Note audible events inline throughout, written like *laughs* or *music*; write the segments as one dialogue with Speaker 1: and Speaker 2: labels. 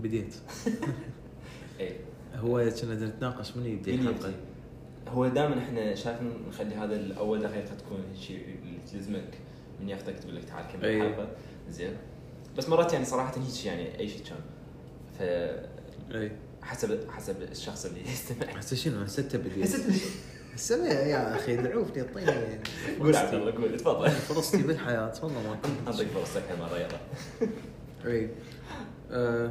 Speaker 1: بديت
Speaker 2: اي
Speaker 1: هو كنا نتناقش من يبدا الحلقه
Speaker 2: هو دائما احنا شايفين نخلي هذا الاول دقيقه تكون شيء اللي تلزمك من ياخذك تقول لك تعال كمل
Speaker 1: أي.
Speaker 2: الحلقه زين بس مرات يعني صراحه هيك يعني اي شيء كان فحسب
Speaker 1: اي
Speaker 2: حسب الشخص اللي يستمع
Speaker 1: هسه شنو هسه انت بديت
Speaker 2: حسب-
Speaker 1: هسه يا اخي دعوفني اعطيني
Speaker 2: *laughs* قول عبد
Speaker 1: فرصتي
Speaker 2: الله قول تفضل
Speaker 1: يعني فرصتي بالحياه والله ما
Speaker 2: اعطيك
Speaker 1: كنت
Speaker 2: فرصتك هالمره يلا
Speaker 1: اي آه،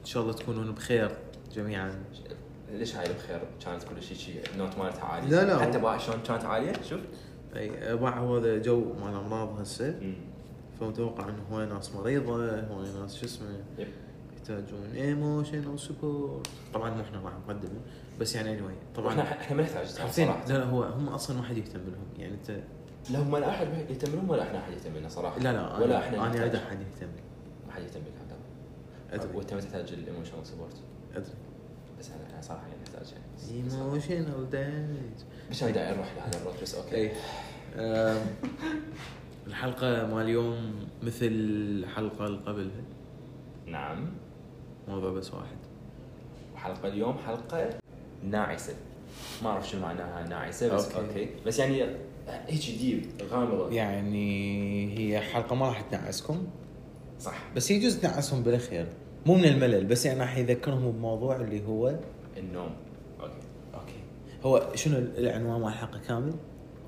Speaker 1: ان شاء الله تكونون بخير جميعا
Speaker 2: ليش عايله بخير كانت كل شيء شيء النوت مالتها عاليه
Speaker 1: لا، لا.
Speaker 2: حتى بقى شلون كانت عاليه شوف
Speaker 1: اي آه، مع هذا جو مال امراض هسه فمتوقع انه هواي ناس مريضه هواي ناس شو اسمه
Speaker 2: يب.
Speaker 1: يحتاجون ايموشن او سبورت طبعا مو احنا راح نقدمه بس يعني اني
Speaker 2: طبعا
Speaker 1: طبعا
Speaker 2: *laughs* احنا ما نحتاج ترى
Speaker 1: زين
Speaker 2: صراحه
Speaker 1: لا لا هو هم اصلا ما حد يهتم لهم يعني انت
Speaker 2: لا هم لا احد يهتم لهم ولا احنا احد يهتم لنا صراحه
Speaker 1: لا لا
Speaker 2: ولا
Speaker 1: انا
Speaker 2: احنا
Speaker 1: انا
Speaker 2: نحتاج.
Speaker 1: ادري حد يهتم لي.
Speaker 2: ما حد يهتم بك عبد الله
Speaker 1: ادري
Speaker 2: وانت ما تحتاج الايموشنال سبورت
Speaker 1: ادري
Speaker 2: بس انا أنا صراحه يعني احتاج يعني بس- بس-
Speaker 1: ايموشنال دامج
Speaker 2: مش انا داعي اروح لهذا الروت بس اوكي
Speaker 1: اي آم، الحلقه مال اليوم مثل الحلقه اللي قبلها
Speaker 2: نعم
Speaker 1: موضوع بس واحد
Speaker 2: وحلقه اليوم حلقه ناعسه ما اعرف شو معناها ناعسه بس
Speaker 1: أوكي.
Speaker 2: اوكي, أوكي. بس يعني هيك ديب غامضه
Speaker 1: يعني هي حلقه ما راح تنعسكم
Speaker 2: صح
Speaker 1: بس هي جزء تنعسهم بلا خير مو من الملل بس يعني راح يذكرهم بموضوع اللي هو
Speaker 2: النوم اوكي
Speaker 1: اوكي هو شنو العنوان مال الحلقه كامل؟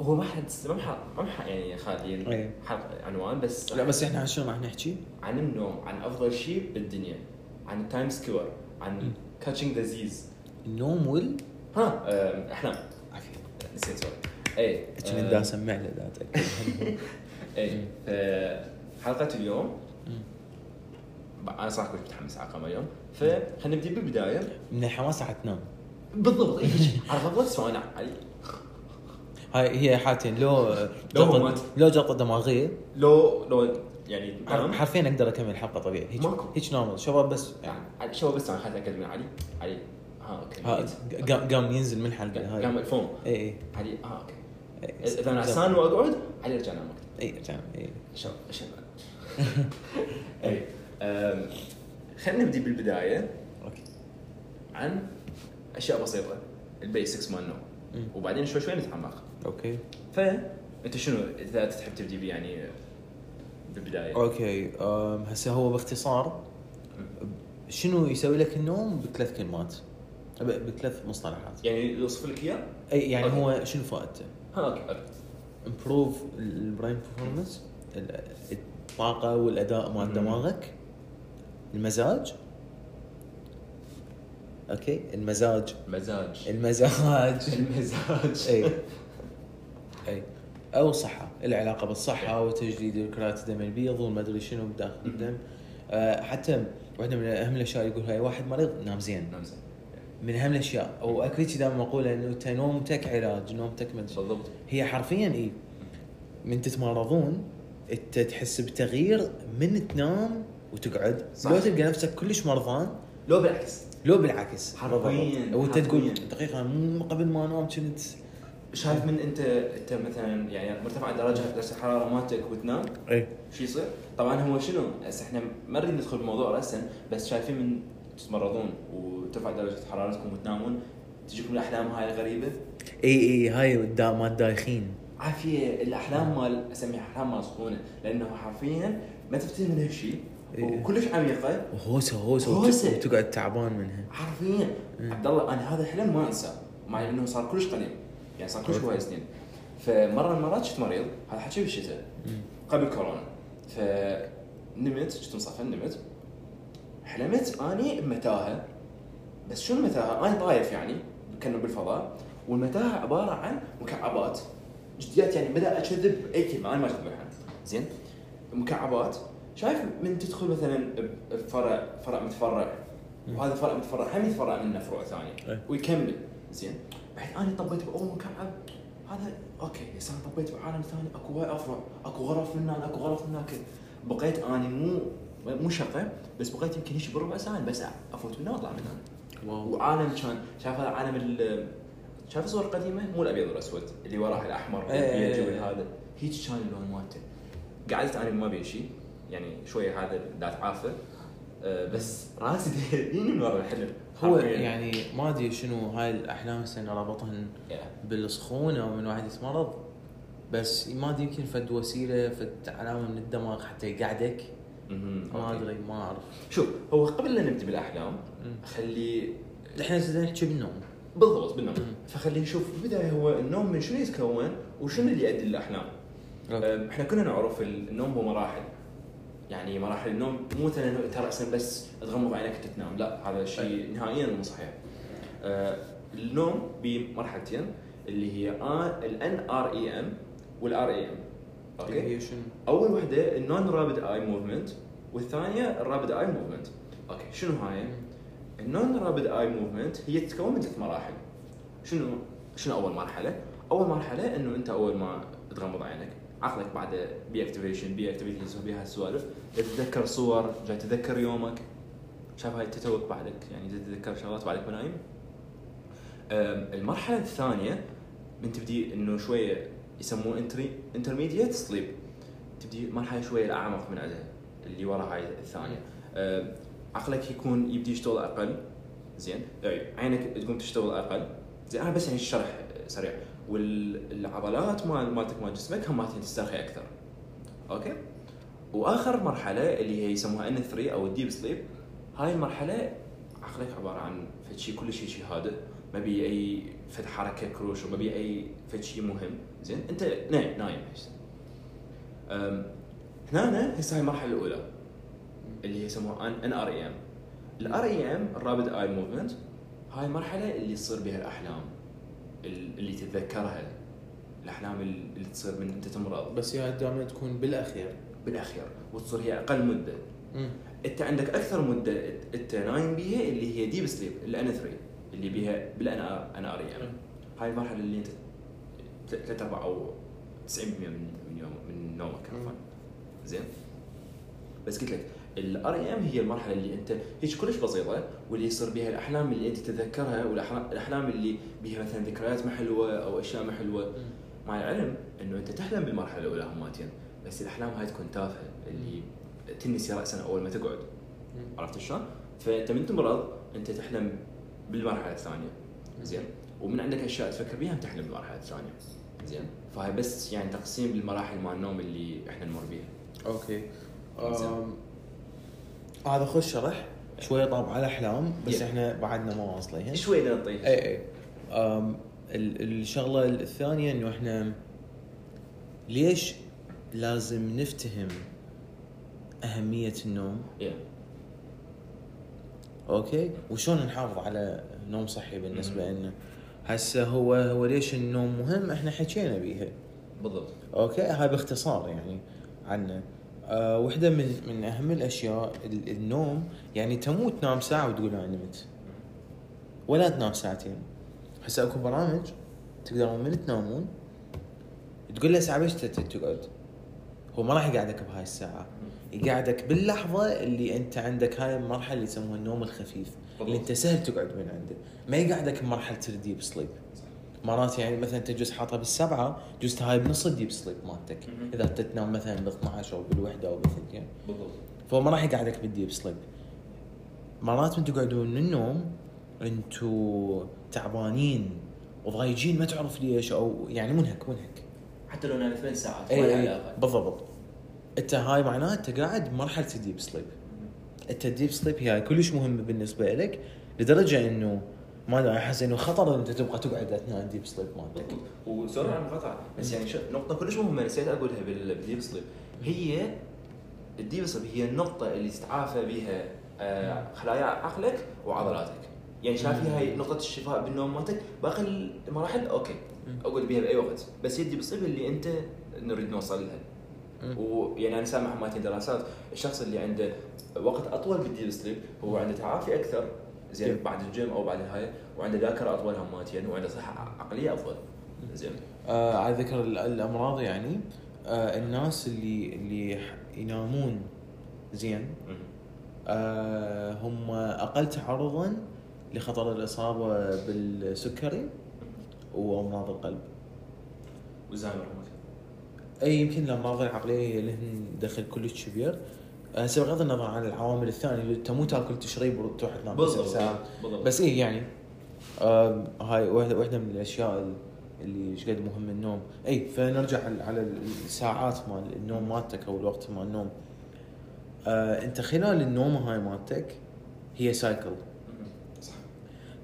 Speaker 2: هو ما حد ما مح- ما مح- يعني خالي
Speaker 1: إيه.
Speaker 2: حلقه عنوان بس
Speaker 1: لا بس احنا عن شنو راح نحكي؟
Speaker 2: عن النوم عن افضل شيء بالدنيا عن التايم سكيور عن كاتشنج ديزيز
Speaker 1: النوم وال
Speaker 2: ها آم، احلام
Speaker 1: عافية
Speaker 2: نسيت سوري اي
Speaker 1: كنا نداسم معلة دا اتاكد
Speaker 2: اي حلقه إيه، آه، اليوم
Speaker 1: مم.
Speaker 2: ب- انا صراحه كنت متحمس على قمر اليوم فخلينا نبدي بالبدايه
Speaker 1: من الحماس راح تنام
Speaker 2: بالضبط اي *laughs* على بالضبط سوينا علي
Speaker 1: هاي هي حالتين لو
Speaker 2: مات.
Speaker 1: جلطه لو جلطه دماغيه
Speaker 2: لو لو يعني
Speaker 1: حر-
Speaker 2: نام
Speaker 1: حرفيا اقدر اكمل الحلقه طبيعي هيك
Speaker 2: ماكو.
Speaker 1: هيك نورمال شباب بس يعني
Speaker 2: علي شو بس انا خليني اتاكد من علي علي آه، ها اوكي
Speaker 1: ها- قام- قام ينزل من الحلقه
Speaker 2: قام
Speaker 1: هاي إيه،
Speaker 2: الفوم
Speaker 1: اي اي
Speaker 2: علي اه اوكي
Speaker 1: إي.
Speaker 2: اذا انا عسان واقعد علي ارجع انام وقتها
Speaker 1: اي إيه، جام- اي
Speaker 2: شباب
Speaker 1: *laughs*
Speaker 2: شباب اي أم، إيه، خلينا نبدي بالبدايه
Speaker 1: اوكي
Speaker 2: عن اشياء بسيطه البيسكس مال النوم
Speaker 1: مم.
Speaker 2: وبعدين شوي شوي نتعمق
Speaker 1: اوكي
Speaker 2: فانت شنو اذا تحب تبدي بي يعني بالبدايه
Speaker 1: اوكي أم، هسه هو باختصار شنو يسوي لك النوم بثلاث كلمات ب- بثلاث مصطلحات
Speaker 2: يعني يوصف لك اياه
Speaker 1: اي يعني
Speaker 2: أوكي.
Speaker 1: هو شنو فائدته؟
Speaker 2: ها اوكي اوكي
Speaker 1: امبروف البرين برفورمنس الطاقه والاداء مال
Speaker 2: مم.
Speaker 1: دماغك المزاج اوكي المزاج إيه.
Speaker 2: مزاج
Speaker 1: المزاج
Speaker 2: *laughs* المزاج
Speaker 1: اي اي او صحه العلاقه بالصحه وتجديد الكريات الدم البيض وما ادري شنو بداخل
Speaker 2: مم.
Speaker 1: الدم آه، حتى واحده من اهم الاشياء يقول هاي واحد مريض نام زين
Speaker 2: نعم، زين.
Speaker 1: من اهم الاشياء او اكو هيجي دائما مقوله انه انت نومتك علاج نومتك من
Speaker 2: بالضبط
Speaker 1: هي حرفيا اي من تتمرضون انت تحس بتغيير من تنام وتقعد
Speaker 2: صح.
Speaker 1: لو تلقى نفسك كلش مرضان
Speaker 2: لو بالعكس
Speaker 1: لو بالعكس
Speaker 2: حرفياً،
Speaker 1: بالضبط. وانت تقول
Speaker 2: حرفياً.
Speaker 1: دقيقه مو قبل ما انام كنت
Speaker 2: شايف من انت انت مثلا يعني مرتفع درجه درجه الحراره مالتك وتنام
Speaker 1: اي
Speaker 2: شو يصير؟ طبعا هو شنو؟ هسه احنا ما نريد ندخل بالموضوع راسا بس شايفين من تتمرضون وترفع درجه حرارتكم وتنامون تجيكم الاحلام هاي الغريبه
Speaker 1: اي اي إيه، هاي الدا- مال الدايخين
Speaker 2: عافيه الاحلام مال اسميها احلام مال سخونه لانه حرفيا ما تفتهم من هالشيء
Speaker 1: إيه.
Speaker 2: وكلش عميقه
Speaker 1: وهوسه هوسه
Speaker 2: هوسة.
Speaker 1: وت- وتقعد تعبان منها
Speaker 2: حرفيا عبد الله انا هذا الحلم ما انساه مع انه صار كلش قديم يعني صار كلش هواي سنين فمره من المرات كنت مريض هذا حكي بالشتاء قبل كورونا فنمت كنت مصفن نمت حلمت اني بمتاهه بس شو المتاهه؟ انا طايف يعني كانه بالفضاء والمتاهه عباره عن مكعبات جديات يعني بدا اكذب اي كلمه انا ما اكذبها زين مكعبات شايف من تدخل مثلا ب- بفرع فرع متفرع وهذا فرع متفرع هم يتفرع منه فروع ثانيه
Speaker 1: إيه.
Speaker 2: ويكمل زين بعد انا طبيت باول مكعب هذا اوكي بس انا طبيت بعالم ثاني اكو هواي افرع اكو غرف من هنا اكو غرف من هناك بقيت اني مو مو شقه بس بقيت يمكن هيك بربع ساعه بس افوت من هنا واطلع من هنا
Speaker 1: واو
Speaker 2: وعالم كان شايف هذا عالم ال شايف الصور القديمه مو الابيض والاسود اللي وراه الاحمر
Speaker 1: إيه إيه
Speaker 2: والبيج
Speaker 1: إيه.
Speaker 2: والهذا هيك كان اللون مالته قعدت انا ما بين شيء يعني شويه هذا ذات عافه آه، بس راسي *laughs* يعني تهديني من ورا الحلم
Speaker 1: هو
Speaker 2: حرفياً.
Speaker 1: يعني ما ادري شنو هاي الاحلام السنه رابطهن
Speaker 2: Yeah.
Speaker 1: بالسخونه او من واحد يتمرض بس ما ادري يمكن فد وسيله فد علامه من الدماغ حتى يقعدك
Speaker 2: مهم.
Speaker 1: ما
Speaker 2: أوكي.
Speaker 1: ادري ما اعرف
Speaker 2: شوف هو قبل لا نبدا بالاحلام
Speaker 1: مم.
Speaker 2: خلي
Speaker 1: احنا سدنا نحكي بالنوم
Speaker 2: بالضبط بالنوم
Speaker 1: مم.
Speaker 2: فخلينا نشوف بالبدايه هو النوم من شنو يتكون وشنو اللي يؤدي للاحلام
Speaker 1: أوكي.
Speaker 2: أم، احنا كنا نعرف ال- النوم هو مراحل يعني مراحل النوم مو مثلا انت راسا بس تغمض عينك انت تنام لا هذا شيء
Speaker 1: طيب.
Speaker 2: نهائيا مو صحيح أه، النوم بمرحلتين اللي هي الان ار اي ام والار اي ام
Speaker 1: اللي
Speaker 2: اوكي
Speaker 1: هي شنو
Speaker 2: اول وحده النون رابد اي موفمنت والثانيه الرابد اي موفمنت اوكي شنو هاي؟ النون رابد اي موفمنت هي تتكون من ثلاث مراحل شنو شنو اول مرحله؟ اول مرحله انه انت اول ما تغمض عينك عقلك بعد بي اكتيفيشن بي اكتيفيتيز بيها السوالف تتذكر صور جاي تتذكر يومك شاف هاي تتوك بعدك يعني تتذكر شغلات بعدك بنايم أم، المرحله الثانيه من تبدي انه شويه يسموه انتري انترميديت سليب تبدي مرحله شويه اعمق من عندها اللي ورا هاي الثانيه أم، عقلك يكون يبدي يشتغل اقل زين يعني عينك تقوم تشتغل اقل زين انا بس يعني الشرح سريع والعضلات مال مالتك مال جسمك هم مالتين تسترخي اكثر اوكي واخر مرحله اللي هي يسموها ان 3 او الديب سليب هاي المرحله عقلك عباره عن فد شيء كل شيء شيء هادئ ما بي اي فد حركه كروش وما بي اي فد شيء مهم زين انت نايم نايم هسه أم، هنا هسه هاي المرحله الاولى اللي يسموها ان ار اي ام الار اي ام الرابد اي موفمنت هاي المرحله اللي تصير بها الاحلام ال- اللي تتذكرها الاحلام ال- اللي تصير من انت تمرض
Speaker 1: بس هي دائما تكون بالاخير
Speaker 2: بالاخير وتصير هي اقل مده
Speaker 1: مم.
Speaker 2: انت عندك اكثر مده أنت- انت نايم بيها اللي هي ديب سليب الان 3 اللي بيها بالان ار اي ام هاي المرحله اللي انت ت- ثلاث ارباع او 90% من من يوم من نومك عفوا زين بس قلت لك الار اي ام هي المرحله اللي انت هيك كلش بسيطه واللي يصير بها الاحلام اللي انت تتذكرها والاحلام الأحلام اللي بها مثلا ذكريات ما حلوه او اشياء ما حلوه
Speaker 1: مم.
Speaker 2: مع العلم انه انت تحلم بالمرحله الاولى هماتين بس الاحلام هاي تكون تافهه اللي تنسي راسا اول ما تقعد
Speaker 1: مم.
Speaker 2: عرفت شلون؟ فانت من تمرض انت تحلم بالمرحله الثانيه زين ومن عندك اشياء تفكر بيها تحلم بالمرحله الثانيه زين فهاي بس يعني تقسيم بالمراحل مال النوم اللي احنا نمر بيها
Speaker 1: اوكي
Speaker 2: زين.
Speaker 1: أم، هذا خوش شرح شويه طاب على الاحلام بس
Speaker 2: Yeah.
Speaker 1: احنا بعدنا ما واصلين
Speaker 2: شوي بدنا نطيح
Speaker 1: اي اي إيه، أم، ال- الشغله الثانيه انه احنا ليش لازم نفتهم اهميه النوم
Speaker 2: إيه.
Speaker 1: اوكي وشلون نحافظ على نوم صحي بالنسبه لنا هسه هو هو ليش النوم مهم احنا حكينا بيها
Speaker 2: بالضبط
Speaker 1: اوكي هاي باختصار يعني عنا أه وحده من من اهم الاشياء ال- النوم يعني تمو تنام ساعه وتقول انا نمت ولا تنام ساعتين هسه اكو برامج تقدرون من تنامون تقول له الساعه 5 تقعد هو ما راح يقعدك بهاي الساعه يقعدك باللحظه اللي انت عندك هاي المرحله اللي يسموها النوم الخفيف اللي انت سهل تقعد من عنده ما يقعدك بمرحله الديب سليب
Speaker 2: صح.
Speaker 1: مرات يعني مثلا انت جزء حاطه بالسبعه جزء هاي بنص الديب سليب مالتك
Speaker 2: مهم.
Speaker 1: اذا انت تنام مثلا ب 12 او بالوحده او بالثنتين
Speaker 2: بالضبط
Speaker 1: فهو ما راح يقعدك بالديب سليب مرات من تقعدون من النوم انتو تعبانين وضايجين ما تعرف ليش او يعني منهك منهك
Speaker 2: حتى لو نام ثمان ساعات ما له
Speaker 1: اي اي
Speaker 2: علاقه
Speaker 1: بالضبط انت هاي معناها انت قاعد بمرحله الديب سليب انت الديب سليب هي كلش مهمه بالنسبه لك لدرجه انه ما ادري احس انه خطر إن انت تبقى تقعد اثناء الديب سليب مالتك
Speaker 2: بالضبط وسوري على المقاطعه بس يعني شو- نقطه كلش مهمه نسيت اقولها بال- بالديب سليب هي الديب سليب هي النقطه اللي تتعافى بها آه، خلايا عقلك وعضلاتك يعني شايف هي هاي نقطه الشفاء بالنوم مالتك باقي المراحل اوكي
Speaker 1: مم.
Speaker 2: اقول بيها باي وقت بس هي الديب سليب اللي انت نريد نوصل لها
Speaker 1: مم.
Speaker 2: ويعني انا سامع مالتين دراسات الشخص اللي عنده وقت اطول بالديب سليب هو عنده تعافي اكثر زين
Speaker 1: Yeah.
Speaker 2: بعد الجيم او بعد هاي وعنده ذاكره اطول هماتين وعنده صحه عقليه افضل زين
Speaker 1: آه على ذكر ال- الامراض يعني آه الناس اللي اللي ح- ينامون زين
Speaker 2: مم.
Speaker 1: آه هم اقل تعرضا لخطر الاصابه بالسكري وامراض القلب
Speaker 2: وزهايمر هماتين
Speaker 1: اي يمكن الامراض العقليه هي لهن دخل كلش كبير هسه بغض النظر عن العوامل الثانيه انت مو تاكل تشرب تروح تنام تسع
Speaker 2: بالضبط
Speaker 1: ساعات
Speaker 2: بالضبط
Speaker 1: بس ايه يعني آه هاي واحده واحده من الاشياء اللي ايش قد مهم النوم اي فنرجع على- على الساعات مال النوم مالتك او الوقت مال النوم آه انت خلال النوم هاي مالتك هي سايكل
Speaker 2: صح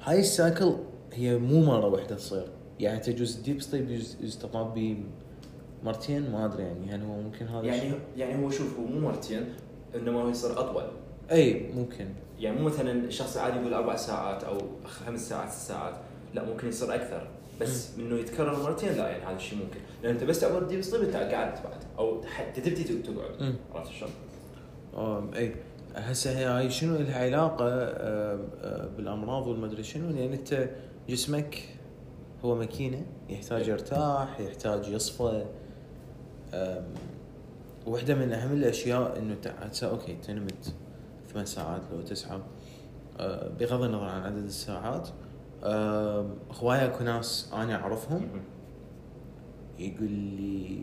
Speaker 1: هاي السايكل هي مو مره واحده تصير يعني تجوز ديب ستيب يجوز تطلب بي مرتين ما ادري يعني هل هو ممكن هذا
Speaker 2: يعني
Speaker 1: الشيء؟
Speaker 2: يعني هو شوف هو مو مرتين انما هو يصير اطول
Speaker 1: اي إيه، ممكن
Speaker 2: يعني مو مثلا الشخص العادي يقول اربع ساعات او خمس ساعات ست ساعات لا ممكن يصير اكثر بس انه يتكرر مرتين لا يعني هذا الشيء ممكن لان انت بس تعبر ديب سليب انت قعدت بعد او حتى تبدي تقعد
Speaker 1: مم.
Speaker 2: عرفت شلون؟
Speaker 1: آم، اي إيه. هسه هي هاي شنو لها علاقه آم، آم، بالامراض والمدري شنو لان انت جسمك هو ماكينه يحتاج يرتاح يحتاج يصفى آم، واحده من اهم الاشياء انه تع- هسه اوكي انت نمت ثمان ساعات لو تسعه آه، بغض النظر عن عدد الساعات آم، هوايه اكو ناس انا اعرفهم
Speaker 2: مم.
Speaker 1: يقول لي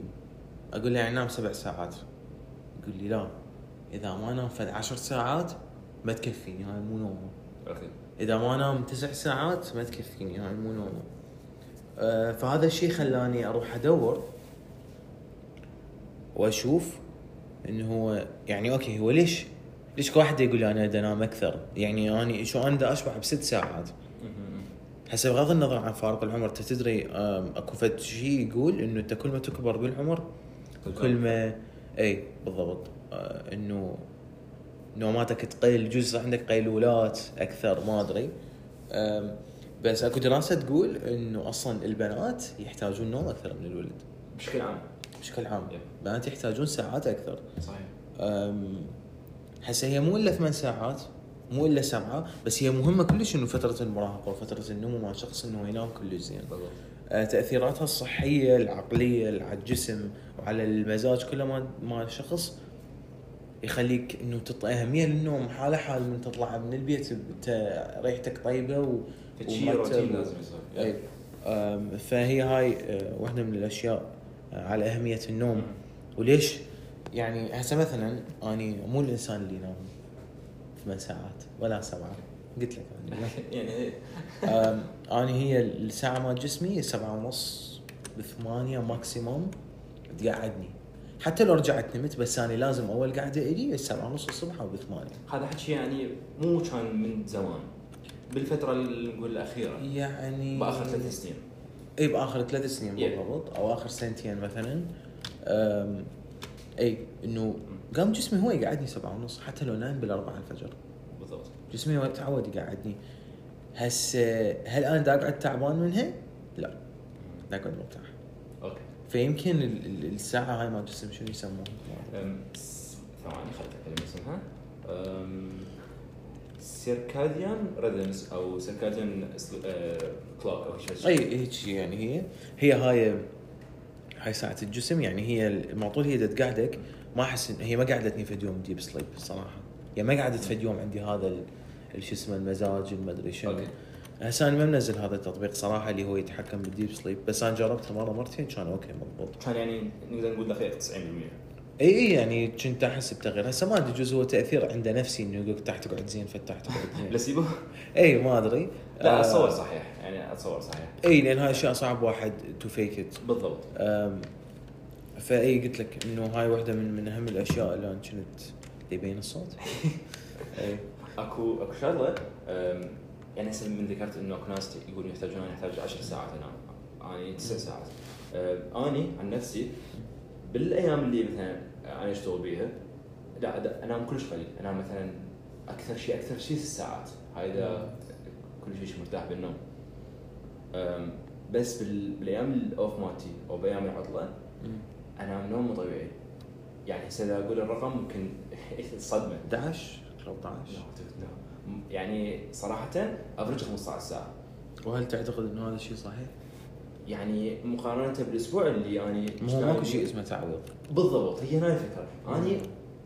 Speaker 1: اقول له يعني نام سبع ساعات يقول لي لا اذا ما نام فد عشر ساعات ما تكفيني هاي مو نوم
Speaker 2: اوكي
Speaker 1: اذا ما نام تسع ساعات ما تكفيني هاي مو نوم آه، فهذا الشيء خلاني اروح ادور واشوف انه هو يعني اوكي هو ليش ليش كل واحد يقول انا دا انام اكثر يعني انا شو انا دا اشبع بست ساعات
Speaker 2: مم.
Speaker 1: هسه بغض النظر عن فارق العمر انت تدري أم، اكو فد شيء يقول انه انت كل ما تكبر بالعمر كل ما اي بالضبط أه، انه نوماتك تقل جزء عندك قيلولات اكثر ما ادري أم، بس اكو دراسه تقول انه اصلا البنات يحتاجون نوم اكثر من الولد
Speaker 2: بشكل عام
Speaker 1: بشكل عام
Speaker 2: يب.
Speaker 1: البنات يحتاجون ساعات اكثر
Speaker 2: صحيح
Speaker 1: أم، هسه هي مو الا ثمان ساعات مو الا سبعه بس هي مهمه كلش انه فتره المراهقه وفتره النمو مع شخص انه ينام كلش زين
Speaker 2: بالضبط
Speaker 1: أه، تاثيراتها الصحيه العقليه على الجسم وعلى المزاج كله ما ما شخص يخليك انه تطلع اهميه للنوم حاله حال من تطلع من البيت انت ريحتك طيبه و...
Speaker 2: فشي
Speaker 1: ومرتب
Speaker 2: روتين
Speaker 1: و-
Speaker 2: لازم يصير
Speaker 1: أي. أم، فهي هاي أه، واحده من الاشياء أه، على اهميه النوم
Speaker 2: مم.
Speaker 1: وليش يعني هسه مثلا اني مو الانسان اللي ينام ثمان ساعات ولا سبعه قلت لك اني
Speaker 2: *laughs* يعني إيه.
Speaker 1: أم، اني هي الساعه مال جسمي سبعة ونص بثمانية ماكسيموم تقعدني حتى لو رجعت نمت بس انا لازم اول قعده الي السبعة ونص الصبح او بثمانية
Speaker 2: هذا حكي يعني مو كان من زمان بالفتره اللي نقول الاخيره
Speaker 1: يعني
Speaker 2: باخر ثلاث سنين
Speaker 1: اي باخر ثلاث سنين
Speaker 2: Yeah.
Speaker 1: بالضبط او اخر سنتين مثلا أم، اي انه قام جسمي هو يقعدني سبعة ونص حتى لو نايم بالأربعة الفجر
Speaker 2: بالضبط
Speaker 1: جسمي هو تعود يقعدني هسه هل انا دا اقعد تعبان منها؟ لا دا اقعد مرتاح
Speaker 2: اوكي
Speaker 1: فيمكن ال- ال- الساعه هاي ما جسم شنو يسموها؟
Speaker 2: أم، س- ثواني خلت اكلم اسمها سيركاديان ريذمز او سيركاديان كلوك او آه، شيء
Speaker 1: اي هيك شيء يعني هي هي هاي هاي ساعة الجسم يعني هي المعطول هي دا تقعدك ما احس إن- هي ما قعدتني في يوم ديب سليب الصراحه يعني ما قعدت في يوم عندي هذا ال- ال- شو اسمه المزاج المدري شنو
Speaker 2: اوكي
Speaker 1: هسه انا ما منزل هذا التطبيق صراحه اللي هو يتحكم بالديب سليب بس انا جربته مره مرتين كان اوكي مضبوط
Speaker 2: كان يعني نقدر نقول دقيق 90%
Speaker 1: اي اي يعني كنت احس بتغيير هسه ما ادري جزء هو تاثير عنده نفسي انه يقول تحت تقعد زين فتحت تقعد
Speaker 2: *laughs*
Speaker 1: زين
Speaker 2: بلاسيبو
Speaker 1: اي ما ادري
Speaker 2: لا
Speaker 1: آه،
Speaker 2: اتصور صحيح يعني اتصور صحيح
Speaker 1: اي لان هاي اشياء صعب واحد تو فيك ات
Speaker 2: بالضبط
Speaker 1: فاي قلت لك انه هاي واحده من من اهم الاشياء اللي انا كنت يبين الصوت *laughs* اي
Speaker 2: اكو اكو شغله أم، يعني هسه من ذكرت انه اكو ناس يقولون يحتاجون انا احتاج 10 ساعات انام اني 9 ساعات أم، اني عن نفسي بالايام اللي مثلا انا اشتغل بيها لا أد- انام كلش قليل انام مثلا اكثر شيء اكثر شيء ست ساعات هاي اذا كل شيء مرتاح بالنوم أم، بس بال- بالايام الاوف مالتي او بايام العطله انام نوم مو طبيعي يعني هسه اذا اقول الرقم ممكن *laughs* صدمه
Speaker 1: 11 13
Speaker 2: يعني صراحة افرج 15 ساعة
Speaker 1: وهل تعتقد انه هذا الشيء صحيح؟
Speaker 2: يعني مقارنة بالاسبوع اللي اني
Speaker 1: ما هو ماكو شيء اسمه تعويض
Speaker 2: بالضبط هي هاي الفكرة اني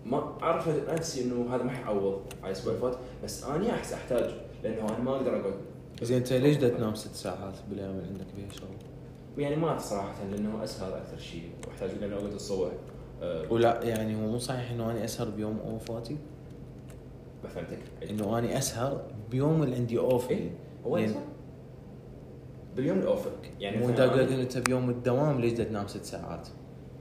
Speaker 2: ما اعرف نفسي انه هذا ما حيعوض على الاسبوع اللي فات بس اني احس احتاج لانه انا ما اقدر اقعد
Speaker 1: زين انت ليش دا تنام ست ساعات بالايام اللي عندك فيها شغل؟
Speaker 2: يعني ما اعرف صراحة لانه اسهر اكثر شيء واحتاج اني اقعد الصبح آه،
Speaker 1: ولا يعني هو مو صحيح انه انا اسهر بيوم وفاتي
Speaker 2: ما فهمتك إيه.
Speaker 1: انه انا اسهر بيوم اللي عندي اوف
Speaker 2: اي هو
Speaker 1: يعني-
Speaker 2: ينسى. باليوم الاوفر يعني
Speaker 1: مو
Speaker 2: مثلاً
Speaker 1: انت
Speaker 2: أنا-
Speaker 1: قاعد انت بيوم الدوام ليش دا تنام ست ساعات؟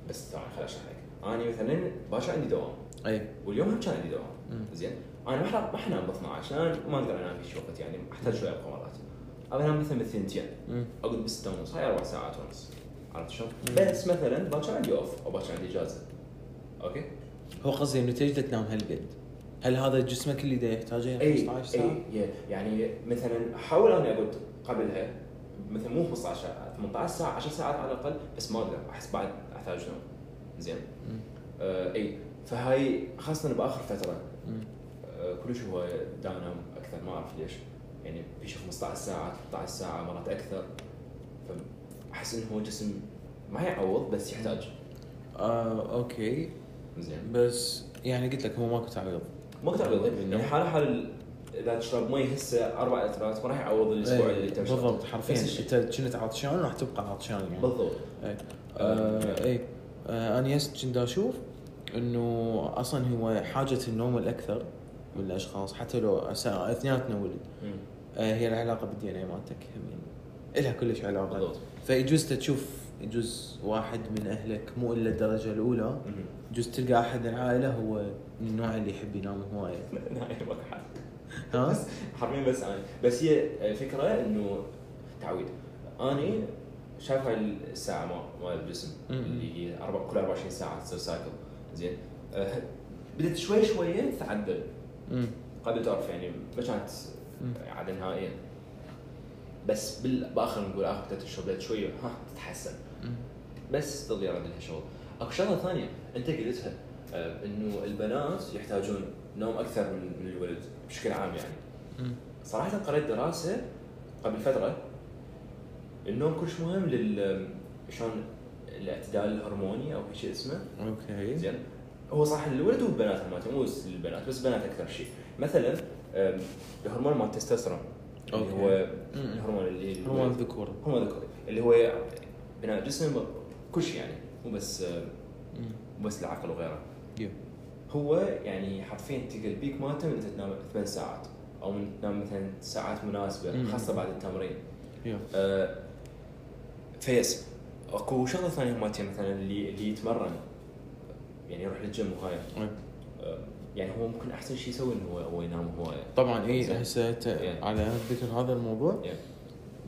Speaker 2: بس تعال خل اشرح لك انا مثلا باشا عندي دوام
Speaker 1: اي
Speaker 2: واليوم هم كان عندي دوام
Speaker 1: مم.
Speaker 2: زين انا ما أحرق- ما حنام ب 12 انا ما اقدر انام في وقت يعني احتاج شويه ابقى مرات انام مثلا بالثنتين
Speaker 1: مم.
Speaker 2: اقعد بالستة ونص هاي اربع ساعات ونص عرفت شلون؟
Speaker 1: مم.
Speaker 2: بس مثلا باكر عندي اوف او باكر عندي اجازه اوكي؟
Speaker 1: هو قصدي انه تجي تنام هالقد هل هذا جسمك اللي دا يحتاجه يعني 15 ساعه؟
Speaker 2: اي ي- يعني مثلا احاول اني اقعد قبلها مثلا مو 15 ساعه 18 ساعه 10 ساعات على الاقل بس ما اقدر احس بعد احتاج نوم زين
Speaker 1: مم.
Speaker 2: آه اي فهاي خاصه باخر فتره
Speaker 1: مم.
Speaker 2: آه، كلش هو دائما انام اكثر ما اعرف ليش يعني بيش 15 ساعه 13 ساعه مرات اكثر فاحس انه هو جسم ما يعوض بس يحتاج
Speaker 1: آه، اوكي
Speaker 2: زين
Speaker 1: بس يعني قلت لك هو ماكو تعويض
Speaker 2: ما اقدر اقول يعني حاله حال ال- اذا تشرب مي هسه اربع لترات ما راح يعوض الاسبوع
Speaker 1: إيه،
Speaker 2: اللي انت شربته.
Speaker 1: بالضبط حرفيا
Speaker 2: نفس الشيء.
Speaker 1: انت كنت عطشان راح تبقى عطشان يعني
Speaker 2: بالضبط
Speaker 1: اي آه إيه. آه انا يس كنت اشوف انه اصلا هو حاجه النوم الاكثر من الاشخاص حتى لو أسا- اثنيناتنا ولد
Speaker 2: مم.
Speaker 1: آه هي العلاقه بالدي ان اي مالتك همين الها كلش علاقه
Speaker 2: بالضبط
Speaker 1: فيجوز تشوف يجوز واحد من اهلك مو الا الدرجه الاولى
Speaker 2: مم. *laughs*
Speaker 1: يجوز تلقى احد العائله هو من النوع اللي يحب ينام هوايه
Speaker 2: نايم ولا حاجة. *laughs*
Speaker 1: ها
Speaker 2: حرفيا بس انا بس هي الفكره انه تعويد اني شايف هاي الساعه مال- مال الجسم
Speaker 1: مم.
Speaker 2: اللي هي أربع- كل 24 ساعه تصير سايكل زين أه، بدت شوي شوي تتعدل
Speaker 1: أمم،
Speaker 2: قبل تعرف يعني ما كانت
Speaker 1: أمم.
Speaker 2: عاده نهائيا بس بال- باخر نقول اخر ثلاث اشهر بدات شوي ها تتحسن
Speaker 1: أمم.
Speaker 2: بس تظل يرد لها شغل اكو شغله ثانيه انت قلتها آه، انه البنات يحتاجون نوم اكثر من من الولد بشكل عام يعني
Speaker 1: أمم.
Speaker 2: صراحه قريت دراسه قبل فتره النوم كلش مهم لل شلون الاعتدال الهرموني او شيء اسمه
Speaker 1: اوكي
Speaker 2: زين هو صح للولد والبنات مالته مو للبنات بس البنات اكثر شيء مثلا آم، الهرمون مال التستوستيرون اللي
Speaker 1: أوكي.
Speaker 2: هو
Speaker 1: أمم.
Speaker 2: الهرمون اللي
Speaker 1: هرمون الذكوره
Speaker 2: هرمون الذكوري اللي هو بناء جسم كل شيء يعني مو بس آم،
Speaker 1: أمم.
Speaker 2: بس العقل وغيره
Speaker 1: يب.
Speaker 2: هو يعني حرفيا تلقى البيك مالته من انت تنام ثمان ساعات او من تنام مثلا ساعات مناسبه
Speaker 1: مم.
Speaker 2: خاصه بعد التمرين
Speaker 1: يب.
Speaker 2: أه فيس اكو شغله ثانيه مالتي مثلا اللي اللي يتمرن يعني يروح للجيم وهاي
Speaker 1: أي.
Speaker 2: أه، يعني هو ممكن احسن شيء يسوي انه هو هو ينام هوايه
Speaker 1: طبعا اي
Speaker 2: زين.
Speaker 1: إيه، هسه ت-
Speaker 2: Yeah.
Speaker 1: على ذكر هذا الموضوع
Speaker 2: Yeah.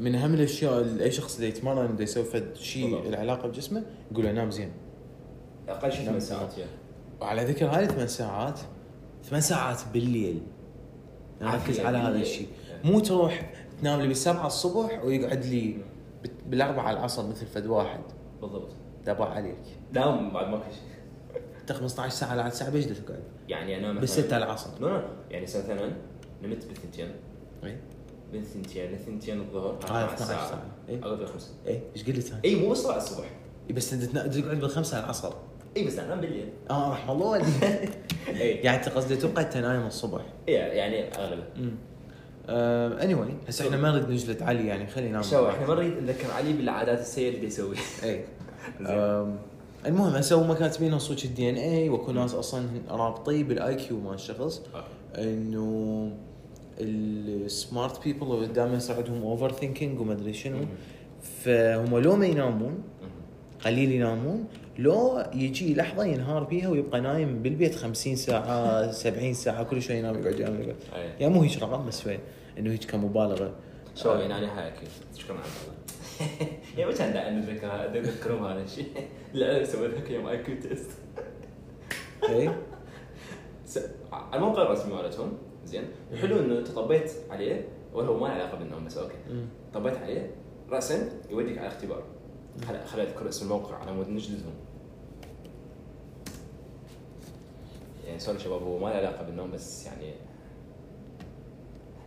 Speaker 1: من اهم الاشياء اللي اي شخص اللي يتمرن دا يسوي فد
Speaker 2: بالضبط.
Speaker 1: شيء العلاقه بجسمه يقول له نام زين
Speaker 2: اقل شيء
Speaker 1: نعم.
Speaker 2: ثمان ساعات يا.
Speaker 1: وعلى ذكر هاي ثمان ساعات ثمان ساعات بالليل ركز على هذا
Speaker 2: يعني-
Speaker 1: الشيء مو تروح تنام لي بالسبعة الصبح ويقعد لي بت- بالأربعة العصر مثل فد واحد
Speaker 2: بالضبط
Speaker 1: دبا عليك
Speaker 2: نام بعد ماكو شيء
Speaker 1: انت 15 ساعة على ساعة بيش دا تقعد
Speaker 2: يعني انام مثلاً-
Speaker 1: بالستة العصر
Speaker 2: لا لا يعني مثلا نمت بالثنتين
Speaker 1: اي
Speaker 2: من ثنتين لثنتين الظهر
Speaker 1: هاي
Speaker 2: 12
Speaker 1: 12
Speaker 2: ساعه
Speaker 1: ساعة إيه. اي
Speaker 2: اقعد خمسة
Speaker 1: اي ايش قلت انا؟
Speaker 2: اي مو بس طلع الصبح
Speaker 1: بس انت تنا- تقعد بالخمسة العصر
Speaker 2: اي بس انام بالليل
Speaker 1: اه رحم الله *laughs* والديك
Speaker 2: *laughs* اي
Speaker 1: يعني انت قصدي تبقى انت نايم الصبح
Speaker 2: يعني اغلبه
Speaker 1: اني واي هسه احنا ما نريد نجلد علي يعني خلينا نام
Speaker 2: شو احنا ما نريد نذكر علي بالعادات السيئه اللي بيسويها
Speaker 1: اي
Speaker 2: زين.
Speaker 1: إيه. أم، المهم هسه هم كاتبين صوت الدي ان اي واكو ناس اصلا رابطيه بالاي كيو مال الشخص انه السمارت بيبل دائما يصير عندهم اوفر ثينكينج وما ادري شنو فهم لو ما ينامون قليل ينامون لو يجي لحظه ينهار فيها ويبقى نايم بالبيت 50 ساعه 70 ساعه كل شوي ينام يقعد ينام يقعد
Speaker 2: إي.
Speaker 1: يعني مو هيك رقم بس فين انه هيك كمبالغه
Speaker 2: شو يعني انا هاي اكيد شكرا على الله *laughs* يا ما كان داعي نتذكر نذكرهم هذا الشيء *laughs* لا سويت ذاك اليوم اي كيو تيست
Speaker 1: اي
Speaker 2: س- على الموقع الرسمي مالتهم زين الحلو انه انت طبيت عليه وهو ما له علاقه بالنوم بس اوكي
Speaker 1: مم.
Speaker 2: طبيت عليه راسا يوديك على اختبار خل خل اذكر اسم الموقع على مود نجلدهم يعني سوري شباب هو ما له علاقه بالنوم بس يعني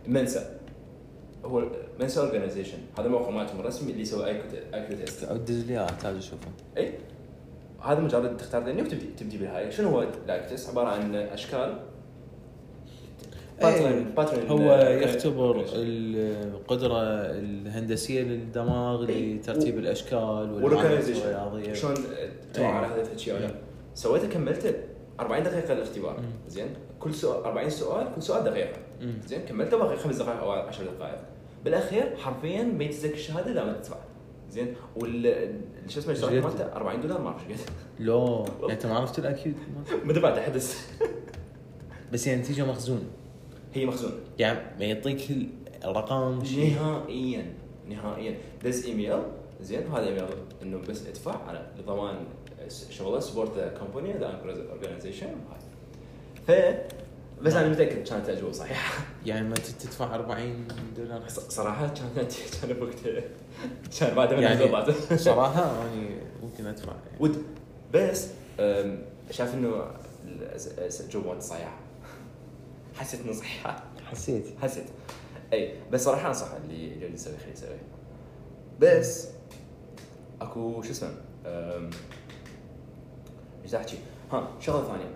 Speaker 2: منسى هو منسى اورجنايزيشن هذا الموقع مالتهم الرسمي اللي يسوي ايكو تيست
Speaker 1: دز لي آه، اياه تاج اشوفه
Speaker 2: اي هذا مجرد تختار لانه وتبدي تبدي بالهاي شنو هو لايكتس عباره عن اشكال باترن باترن
Speaker 1: إيه. هو يختبر القدره الهندسيه للدماغ
Speaker 2: إي.
Speaker 1: لترتيب الاشكال والعناصر
Speaker 2: والريكوجنايزيشن
Speaker 1: الرياضيه
Speaker 2: إيه. شلون توعى
Speaker 1: يعني. إيه.
Speaker 2: على هذا الشيء ولا سويته كملته 40 دقيقه الاختبار
Speaker 1: مم.
Speaker 2: زين كل سؤال 40 سؤال كل سؤال دقيقه
Speaker 1: مم.
Speaker 2: زين كملته باقي خمس دقائق او 10 دقائق بالاخير حرفيا ما يجزك الشهاده اذا ما تدفع زين وال شو اسمه الاشتراك
Speaker 1: جد؟
Speaker 2: مالته 40 دولار ما اعرف *laughs* شو قد.
Speaker 1: لو يعني انت ما عرفت الاكيد
Speaker 2: ما دفعت لحد هسه
Speaker 1: بس يعني نتيجه مخزونه
Speaker 2: هي مخزونه
Speaker 1: يعني ما يعطيك الرقم شيء
Speaker 2: نهائيا نهائيا دز ايميل زين هذا ايميل انه بس ادفع على لضمان شغله سبورت ذا كومباني ذا اورجنايزيشن ف بس انا متاكد كانت تجربه *laughs* صحيحه
Speaker 1: يعني ما ت- تدفع 40
Speaker 2: *laughs*
Speaker 1: دولار
Speaker 2: ص- صراحه كانت كان بوقتها كان بعد ما
Speaker 1: يعني- *laughs*
Speaker 2: يعني
Speaker 1: صراحه اني ممكن ادفع يعني.
Speaker 2: *laughs* ود بس أم، شاف انه التجربه مالتي صحيحه حسيت انه صحيحه
Speaker 1: حسيت
Speaker 2: حسيت اي بس صراحه انصح اللي اللي يسوي خليه يسوي بس اكو شو اسمه أم، ايش دا احكي ها شغله ثانيه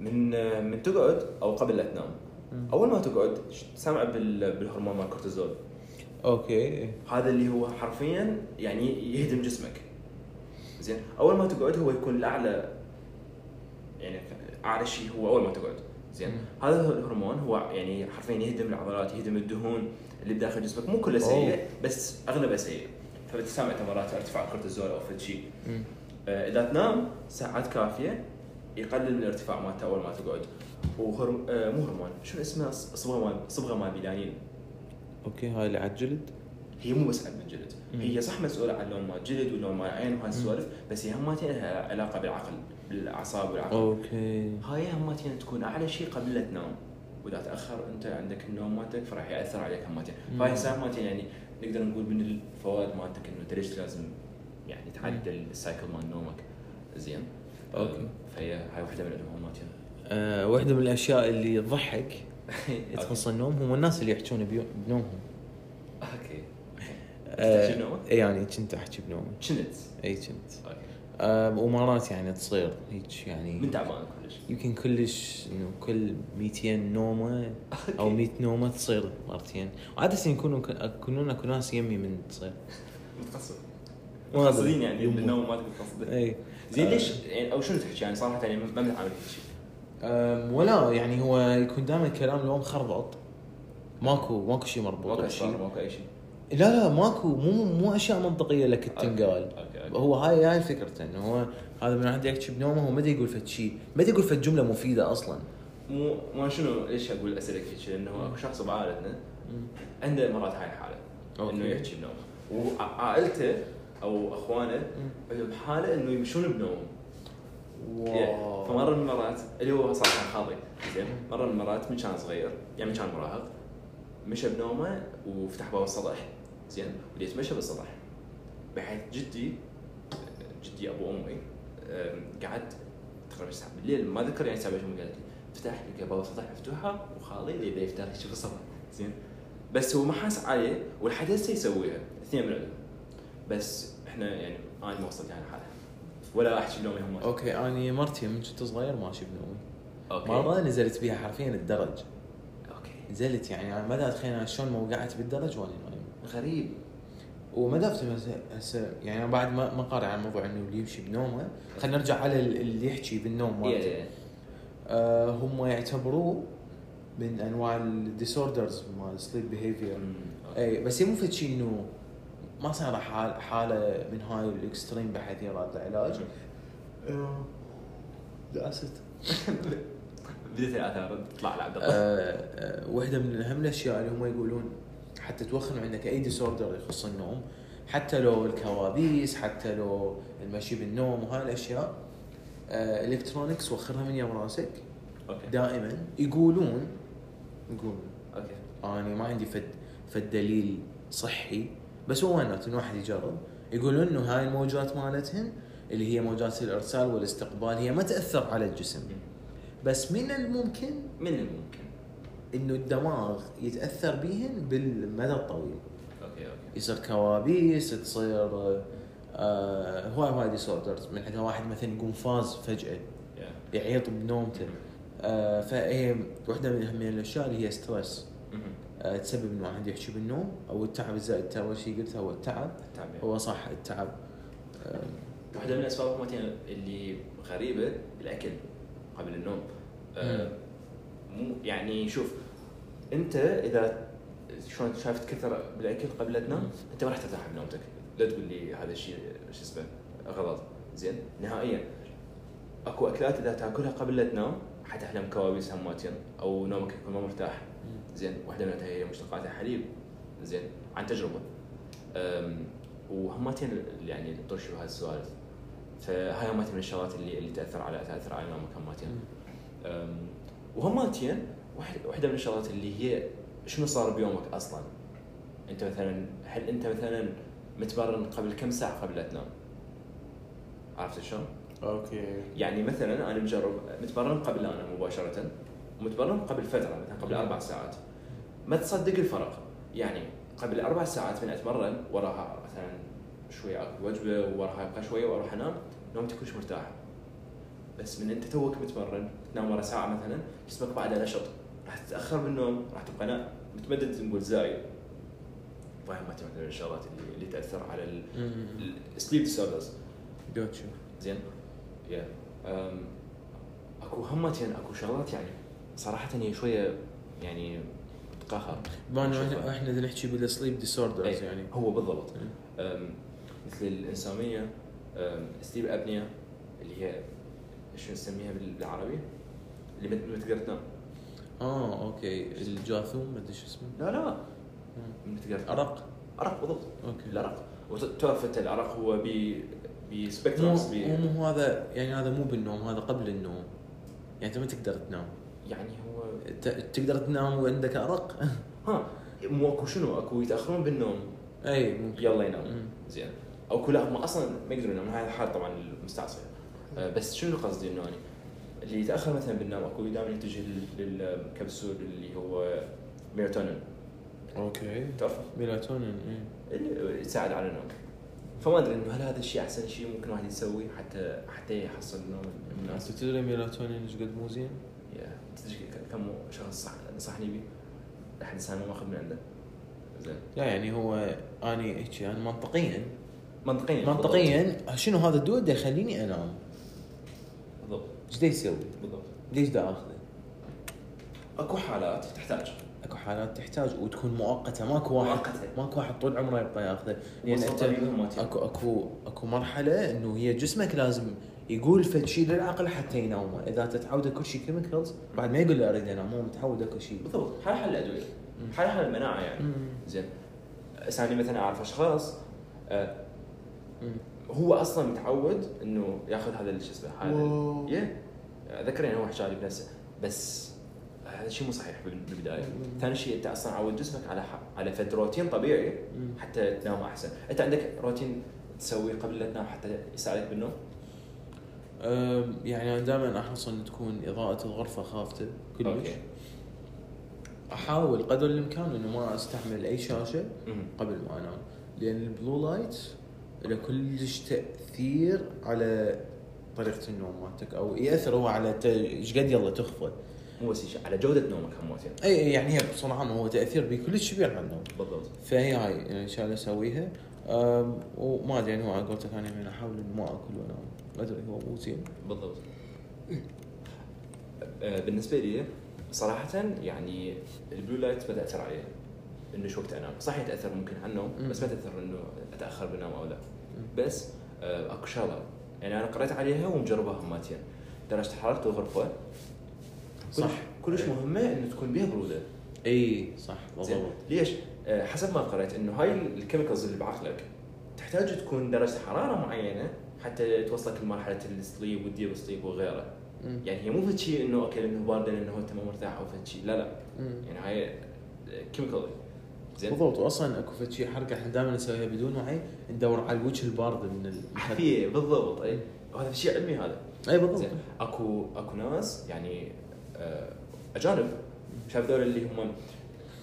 Speaker 2: من من تقعد او قبل لا تنام
Speaker 1: مم.
Speaker 2: اول ما تقعد ش- سامع بال- بالهرمون مال الكورتيزول
Speaker 1: اوكي
Speaker 2: هذا اللي هو حرفيا يعني يهدم جسمك زين اول ما تقعد هو يكون الاعلى يعني اعلى شيء هو اول ما تقعد زين
Speaker 1: مم.
Speaker 2: هذا الهرمون هو يعني حرفيا يهدم العضلات يهدم الدهون اللي بداخل جسمك مو كله سيء بس اغلبه سيء فبتسمع انت مرات ارتفاع الكورتيزول او فد شيء
Speaker 1: مم.
Speaker 2: آه، اذا تنام ساعات كافيه يقلل من الارتفاع مالته اول ما تقعد وهرم... آه، مو هرمون شو اسمه صبغه مال صبغه مال بيلانين
Speaker 1: اوكي هاي اللي على الجلد
Speaker 2: هي مو مسألة من الجلد
Speaker 1: مم.
Speaker 2: هي صح مسؤولة عن لون مال الجلد واللون مال العين وهالسوالف بس هي هماتين لها علاقة بالعقل بالأعصاب والعقل
Speaker 1: اوكي
Speaker 2: هاي هماتين تكون أعلى شيء قبل لا تنام وإذا تأخر أنت عندك النوم مالتك فراح يأثر عليك هماتين
Speaker 1: مم.
Speaker 2: فهاي هسه هماتين يعني نقدر نقول من الفوائد مالتك إنه أنت ليش لازم يعني تعدل السايكل مال نومك زين
Speaker 1: أوكي.
Speaker 2: أم، فهي هاي واحدة من الهماتين
Speaker 1: *laughs*
Speaker 2: *laughs*
Speaker 1: آه واحده من الاشياء اللي تضحك تخص النوم هم الناس اللي يحجون بيو- بنومهم
Speaker 2: أوكي
Speaker 1: آه،
Speaker 2: تحكي بنومك؟
Speaker 1: يعني كنت احكي بنومي
Speaker 2: شنت
Speaker 1: اي كنت
Speaker 2: أوكي.
Speaker 1: آه ومرات يعني تصير هيك يعني
Speaker 2: من تعبان كلش
Speaker 1: يمكن كلش انه كل 200 نومه او 100 نومه تصير مرتين عاده يكونون يكونون اكو ناس يمي من تصير
Speaker 2: متقصد
Speaker 1: ما أدري.
Speaker 2: متقصدين يعني
Speaker 1: يمه.
Speaker 2: بالنوم ما متقصدين
Speaker 1: اي
Speaker 2: زين ليش يعني او شنو تحكي يعني صراحه يعني ما متعامل هيك شيء
Speaker 1: أم، ولا يعني هو يكون دائما كلام لو مخربط ماكو ماكو شيء مربوط
Speaker 2: ماكو
Speaker 1: ولا
Speaker 2: شيء
Speaker 1: شيء
Speaker 2: ماكو اي شيء
Speaker 1: لا لا ماكو مو مو اشياء منطقيه لك تنقال
Speaker 2: أوكي، أوكي.
Speaker 1: هو هاي هاي فكرته انه هو هذا من واحد يحكي بنومه هو ما دا يقول فد شيء ما دا يقول فد جمله مفيده اصلا
Speaker 2: مو ما شنو ليش اقول اسالك هيك شيء؟ لانه اكو شخص بعائلتنا عنده مرات هاي الحاله
Speaker 1: أوكي.
Speaker 2: انه يحكي بنوم وعائلته او اخوانه عندهم حاله انه يمشون بنومهم يعني فمره من المرات اللي هو صار كان خاضي زين مره من المرات من كان صغير يعني من كان مراهق مشى بنومه وفتح باب السطح زين ودي يتمشى بالسطح بحيث جدي جدي ابو امي أم، قعد تقريبا الساعه بالليل ما اذكر يعني الساعه شنو قالت لي فتح لقى باب السطح مفتوحه وخالي اللي يبي يفتح يشوف السطح زين بس هو ما حاس عليه والحدث يسويها اثنين من عندهم بس احنا يعني انا ما وصلت يعني الحاله ولا احكي بنومي هم
Speaker 1: اوكي اني مرتي من كنت صغير ماشي بنومي
Speaker 2: اوكي
Speaker 1: مره نزلت بيها حرفيا الدرج
Speaker 2: اوكي
Speaker 1: نزلت يعني أنا ما دا اتخيل أنا شلون موقعت بالدرج وانا نايم
Speaker 2: غريب
Speaker 1: وما دافت هسه هسه يعني أنا بعد ما ما قارع عن موضوع انه اللي يمشي بنومه خلينا نرجع على ال- اللي يحكي بالنوم
Speaker 2: يا-
Speaker 1: مالته
Speaker 2: يا-
Speaker 1: آه هم يعتبروه من انواع الديسوردرز مال سليب بيهيفير
Speaker 2: يا.
Speaker 1: اي إيه، بس هي مو فد شيء انه ما صار حال حاله من هاي الاكستريم بحيث يراد له علاج آه، دعست
Speaker 2: بديت الاثار تطلع لعبد الله
Speaker 1: آه، آه، واحده من اهم الاشياء اللي هم يقولون حتى توخن عندك اي ديسوردر يخص النوم حتى لو الكوابيس حتى لو المشي بالنوم وهاي الاشياء الكترونكس وخرها من يم راسك
Speaker 2: اوكي
Speaker 1: دائما يقولون يقولون
Speaker 2: اوكي
Speaker 1: انا ما عندي فد فد دليل صحي بس هو نوت انه واحد يجرب يقولون انه هاي الموجات مالتهن اللي هي موجات الارسال والاستقبال هي ما تاثر على الجسم بس من الممكن
Speaker 2: من الممكن
Speaker 1: انه الدماغ يتاثر بيهن بالمدى الطويل
Speaker 2: اوكي اوكي
Speaker 1: يصير كوابيس تصير آه هواي هواي ديسوردرز من عندها واحد مثلا يقوم فاز فجاه
Speaker 2: يا.
Speaker 1: يعيط بنومته آه فهي واحده من اهم الاشياء اللي هي ستريس
Speaker 2: مهم.
Speaker 1: آه تسبب انه واحد يحكي بالنوم او التعب الزائد أنت اول شيء قلت هو التعب
Speaker 2: تعبير.
Speaker 1: هو صح التعب آه
Speaker 2: واحده إيه. من الاسباب حكمتي اللي غريبه الاكل قبل النوم آه،
Speaker 1: مم.
Speaker 2: مو يعني شوف انت اذا شلون شايف تكثر بالاكل قبل لا تنام
Speaker 1: مم.
Speaker 2: انت ما راح ترتاح من نومتك لا تقول لي هذا الشيء شو اسمه غلط زين نهائيا اكو اكلات اذا تاكلها قبل لا تنام حتحلم كوابيس هماتين او نومك يكون ما مرتاح زين واحده منها هي مشتقات الحليب زين عن تجربه أم، وهماتين يعني الطرش وهالسوالف فهاي هماتين من الشغلات اللي اللي تاثر على تاثر على نومك هماتين أم، وهماتين واحد- واحده من الشغلات اللي هي شنو صار بيومك اصلا انت مثلا هل انت مثلا متمرن قبل كم ساعه قبل لا تنام عرفت شلون؟
Speaker 1: اوكي
Speaker 2: يعني مثلا انا مجرب متمرن قبل لا انام مباشره ومتمرن قبل فتره مثلا قبل اربع ساعات ما تصدق الفرق يعني قبل اربع ساعات من اتمرن وراها مثلا شويه اكل وجبه وراها ابقى شويه واروح انام نومتي كلش مرتاح بس من انت توك متمرن تنام ورا ساعه مثلا جسمك بعده نشط راح تتاخر من النوم راح تبقى نا- متمدد نقول زايد فاهم ما تعمل الشغلات اللي, اللي تاثر على السليب ديسوردرز
Speaker 1: جوتشو
Speaker 2: زين يا أم، اكو همتين اكو شغلات يعني صراحه هي شويه يعني تقهر
Speaker 1: بما انه إحنا-
Speaker 2: شوفها.
Speaker 1: احنا بدنا نحكي بالسليب ديسوردرز
Speaker 2: إيه،
Speaker 1: يعني
Speaker 2: هو بالضبط
Speaker 1: مم.
Speaker 2: أم، مثل الانسانيه ستيب ابنيه اللي هي شو نسميها بال- بالعربي اللي ما- ما تقدر تنام
Speaker 1: اه اوكي الجاثوم ما ادري شو اسمه
Speaker 2: لا لا
Speaker 1: مم.
Speaker 2: ما تقدر تنام
Speaker 1: ارق
Speaker 2: ارق بالضبط
Speaker 1: اوكي
Speaker 2: الارق وتعرف انت الارق هو ب
Speaker 1: مو
Speaker 2: بسبكترمز
Speaker 1: مو- مو هذا يعني هذا مو بالنوم هذا قبل النوم يعني انت ما تقدر تنام
Speaker 2: يعني هو
Speaker 1: ت- تقدر تنام وعندك *laughs* ارق
Speaker 2: ها مو اكو شنو اكو يتاخرون بالنوم
Speaker 1: اي إيه، ممكن
Speaker 2: يلا ينام
Speaker 1: مم.
Speaker 2: زين او كل هم اصلا ما يقدرون ينامون هاي الحاله طبعا المستعصيه آه، بس شنو قصدي انه يعني اللي يتاخر مثلا بالنوم اكو دائما يتجه لل- للكبسول اللي هو ميلاتونين
Speaker 1: اوكي
Speaker 2: تعرفه
Speaker 1: ميلاتونين إيه.
Speaker 2: اللي يساعد على النوم فما ادري انه هل هذا الشيء احسن شيء ممكن واحد يسويه حتى حتى يحصل النوم
Speaker 1: انت
Speaker 2: المناسب
Speaker 1: تدري ميلاتونين ايش قد مو زين؟
Speaker 2: يا، تدري ك- كم شخص صح- نصحني به لحد هسه أنا ما ماخذ من عنده زين
Speaker 1: لا يعني هو اني هيك يعني منطقيا
Speaker 2: منطقيا
Speaker 1: منطقيا شنو هذا الدواء دا يخليني انام؟
Speaker 2: بالضبط
Speaker 1: ايش دا يسوي؟
Speaker 2: بالضبط
Speaker 1: ليش دا اخذه؟
Speaker 2: اكو حالات تحتاج
Speaker 1: اكو حالات تحتاج وتكون مؤقته ماكو واحد
Speaker 2: مؤقتة.
Speaker 1: ماكو واحد طول عمره يبقى ياخذه يعني لان
Speaker 2: وسط
Speaker 1: انت
Speaker 2: اليوم
Speaker 1: اكو اكو اكو مرحله انه هي جسمك لازم يقول فد شيء للعقل حتى ينومه اذا تتعود كل شيء كيميكلز بعد ما يقول له اريد انام هو متعود اكو شيء
Speaker 2: بالضبط حال حال الادويه حال حال المناعه يعني زين هسه انا مثلا اعرف اشخاص آه،
Speaker 1: مم.
Speaker 2: هو اصلا متعود انه ياخذ هذا اللي شو اسمه هذا
Speaker 1: واو.
Speaker 2: يا اذكر يعني هو حكى لي بنفسه بس هذا الشيء مو صحيح بال- بالبدايه
Speaker 1: مم.
Speaker 2: ثاني شيء انت اصلا عود جسمك على ح- على فد روتين طبيعي
Speaker 1: مم.
Speaker 2: حتى تنام احسن انت عندك روتين تسويه قبل لا تنام حتى يساعدك بالنوم
Speaker 1: أم، يعني انا دائما احرص ان تكون اضاءه الغرفه خافته كلش
Speaker 2: أوكي.
Speaker 1: احاول قدر الامكان انه ما استعمل اي شاشه
Speaker 2: مم.
Speaker 1: قبل ما انام لان البلو لايت له كلش تاثير على طريقه النوم مالتك او ياثر هو على ت- ايش قد يلا تخفى
Speaker 2: مو بس شيء على جوده نومك هموتين
Speaker 1: اي أي يعني هي بصراحه عامه هو تاثير بي كلش كبير على النوم
Speaker 2: بالضبط
Speaker 1: فهي هاي يعني ان شاء الله اسويها أم، وما ادري يعني هو على قولتك انا من احاول إنه ما اكل وانام ما ادري هو مو زين
Speaker 2: بالضبط آه، بالنسبه لي صراحه يعني البلو لايت ما تاثر علي انه شو وقت انام صح يتاثر ممكن على النوم بس ما تاثر انه اتاخر بالنوم او لا بس آه، اكو شغله يعني انا قريت عليها ومجربها هماتين درجه حراره الغرفه كلش-
Speaker 1: صح.
Speaker 2: كلش
Speaker 1: إيه.
Speaker 2: مهمه انه تكون بيها بروده
Speaker 1: اي إيه، صح
Speaker 2: زين
Speaker 1: بالضبط
Speaker 2: ليش؟ آه، حسب ما قرأت انه هاي الكيميكلز اللي بعقلك تحتاج تكون درجه حراره معينه حتى توصلك لمرحله السليب والديب سليب وغيره.
Speaker 1: مم.
Speaker 2: يعني هي مو فد شيء انه اوكي لانه بارده لانه انت مو مرتاح او فد شيء لا لا
Speaker 1: مم.
Speaker 2: يعني هاي كيميكال زين
Speaker 1: بالضبط واصلا اكو فد شي حركه احنا دائما نسويها بدون وعي ندور على الوجه البارد من ال-
Speaker 2: حفيه بالضبط اي وهذا شيء علمي هذا
Speaker 1: اي بالضبط
Speaker 2: زين اكو اكو ناس يعني آه، اجانب شاف ذول اللي هم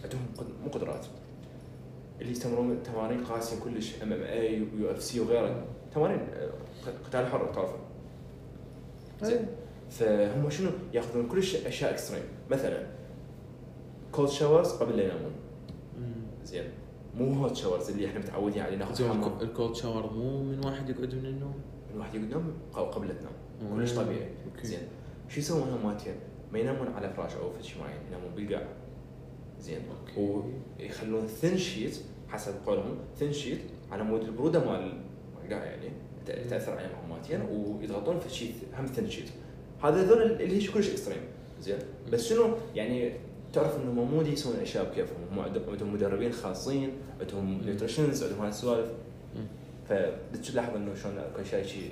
Speaker 2: عندهم قد- مو قدرات اللي يستمرون تمارين قاسيه كلش ام ام اي ويو اف سي وغيره تمارين آه، قتال حر تعرفه زين
Speaker 1: إيه.
Speaker 2: فهم شنو ياخذون كلش اشياء اكستريم مثلا كولد شاورز قبل لا ينامون
Speaker 1: مم.
Speaker 2: زين مو هوت شاورز اللي احنا متعودين عليه ناخذ
Speaker 1: زين
Speaker 2: حمام
Speaker 1: الكولد شاور مو من واحد يقعد من النوم
Speaker 2: من الواحد ينام ق- قبل تنام كلش
Speaker 1: مم.
Speaker 2: طبيعي
Speaker 1: أوكي.
Speaker 2: زين شو يسوون هم مالتين؟ ما ينامون على فراش او فد شيء معين ينامون بالقاع زين
Speaker 1: أوكي.
Speaker 2: ويخلون ثن شيت حسب قولهم ثن شيت على مود البروده مال مال القاع يعني ت- تاثر عليهم هم مالتين ويضغطون في شيت هم ثن شيت هذا هذول اللي هي كلش اكستريم زين بس شنو يعني تعرف انهم مو دي يسوون اشياء بكيفهم هم عندهم عندهم مدربين خاصين عندهم نيوتريشنز عندهم هاي السوالف
Speaker 1: مم.
Speaker 2: فبتلاحظ انه شلون اكو اشياء شيء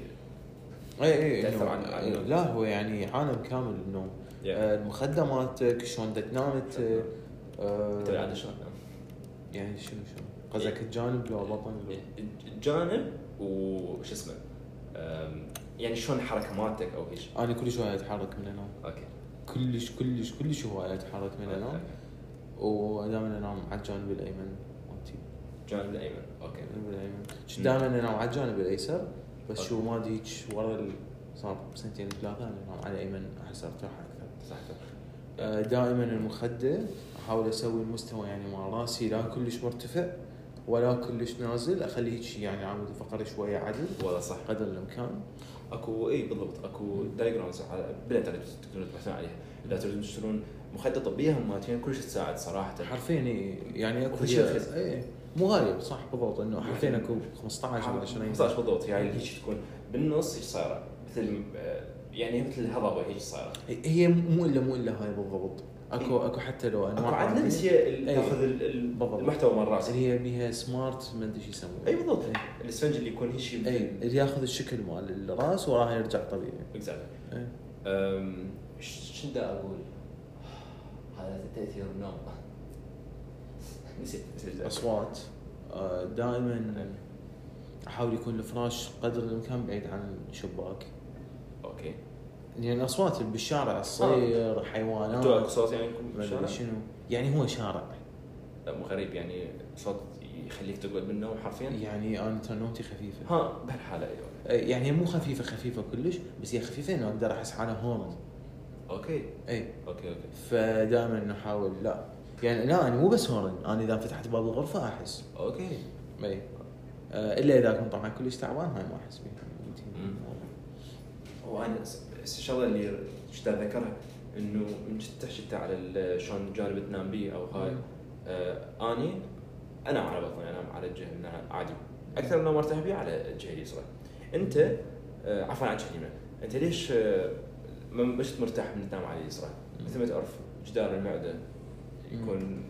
Speaker 1: اي اي
Speaker 2: تأثر
Speaker 1: إنه-
Speaker 2: عن- عن النوم.
Speaker 1: لا هو يعني عالم كامل النوم
Speaker 2: Yeah.
Speaker 1: آه، المخده مالتك شلون بدك تنام انت آه،
Speaker 2: انت بالعاده شلون
Speaker 1: يعني شنو شنو قصدك الجانب لو بطن لو
Speaker 2: إيه، الجانب وش اسمه أم، يعني شلون الحركه مالتك او ايش
Speaker 1: انا كلش هوايه اتحرك من انام
Speaker 2: اوكي
Speaker 1: كلش كلش كلش هوايه اتحرك من
Speaker 2: آه،
Speaker 1: انام ودائما انام على الجانب الايمن مالتي
Speaker 2: الجانب الايمن اوكي
Speaker 1: الجانب الايمن شو دائما انام على الجانب الايسر بس شو ما ديك ورا ال- صار سنتين ثلاثه انا انام على الايمن احس ارتاح اكثر
Speaker 2: صح
Speaker 1: آه، دائما المخده احاول اسوي المستوى يعني مع راسي لا كلش مرتفع ولا كلش نازل اخليه هيك يعني عمود الفقري شويه عدل
Speaker 2: والله صح
Speaker 1: قدر الامكان
Speaker 2: اكو اي بالضبط اكو دايجرامز على بالانترنت تقدرون تبحثون عليها اذا تريدون تشترون مخده طبيه هم مالتين كلش تساعد صراحه
Speaker 1: حرفيا إي، يعني اكو
Speaker 2: وفي شيء
Speaker 1: هي-
Speaker 2: رخيص.
Speaker 1: إي، مو غالي صح بالضبط انه حرفيا اكو 15 او 20
Speaker 2: 15 بالضبط هاي اللي هيك تكون بالنص هيك صايره مثل آه، يعني مثل الهضبه هيك صايره
Speaker 1: هي مو الا مو الا هاي بالضبط اكو اكو حتى لو انواع
Speaker 2: اكو عاد
Speaker 1: عربية
Speaker 2: نفس هي ال-
Speaker 1: إيه.
Speaker 2: تاخذ ال- ال-
Speaker 1: بالضبط.
Speaker 2: المحتوى مال راسك
Speaker 1: اللي هي بيها سمارت ما ادري شو يسمونه
Speaker 2: اي بالضبط
Speaker 1: إي.
Speaker 2: الاسفنج اللي يكون هيك
Speaker 1: اي اللي ياخذ الشكل مال الراس وراها يرجع طبيعي
Speaker 2: اكزاكتلي
Speaker 1: إي.
Speaker 2: شنو بدي اقول؟ هذا تاثير النوم نسيت نسيت
Speaker 1: اصوات آه، دائما احاول يكون الفراش قدر الامكان بعيد عن الشباك
Speaker 2: اوكي
Speaker 1: لان الاصوات اللي بالشارع الصير
Speaker 2: انتوا اكو
Speaker 1: حيوانات
Speaker 2: صوت يعني يكون
Speaker 1: آه. ما
Speaker 2: آه. بالشارع؟
Speaker 1: ادري شنو يعني هو شارع
Speaker 2: لا، مو غريب يعني صوت يخليك تقعد من النوم حرفيا
Speaker 1: يعني انا ترى نومتي خفيفه
Speaker 2: ها بهالحاله ايوه
Speaker 1: آه، يعني هي مو خفيفه خفيفه كلش بس هي خفيفه انه اقدر احس حالها هون
Speaker 2: اوكي
Speaker 1: اي
Speaker 2: اوكي اوكي
Speaker 1: فدائما احاول لا يعني لا انا مو بس هورن انا اذا فتحت باب الغرفه احس
Speaker 2: اوكي
Speaker 1: اي آه، الا اذا كنت طبعا كلش تعبان هاي ما احس بيها
Speaker 2: مم. وانا س- س- الشغله اللي كنت اذكرها انه من جد حكيت على ال- شلون جانب تنام بيه او هاي
Speaker 1: مم.
Speaker 2: آه اني انام على بطني انام على الجهه اليمنى عادي اكثر من ما ارتاح بيه على الجهه اليسرى انت آه عفوا على الجهه اليمنى انت ليش آه ما- مش مرتاح من تنام على اليسرى
Speaker 1: مم.
Speaker 2: مثل ما تعرف جدار المعده يكون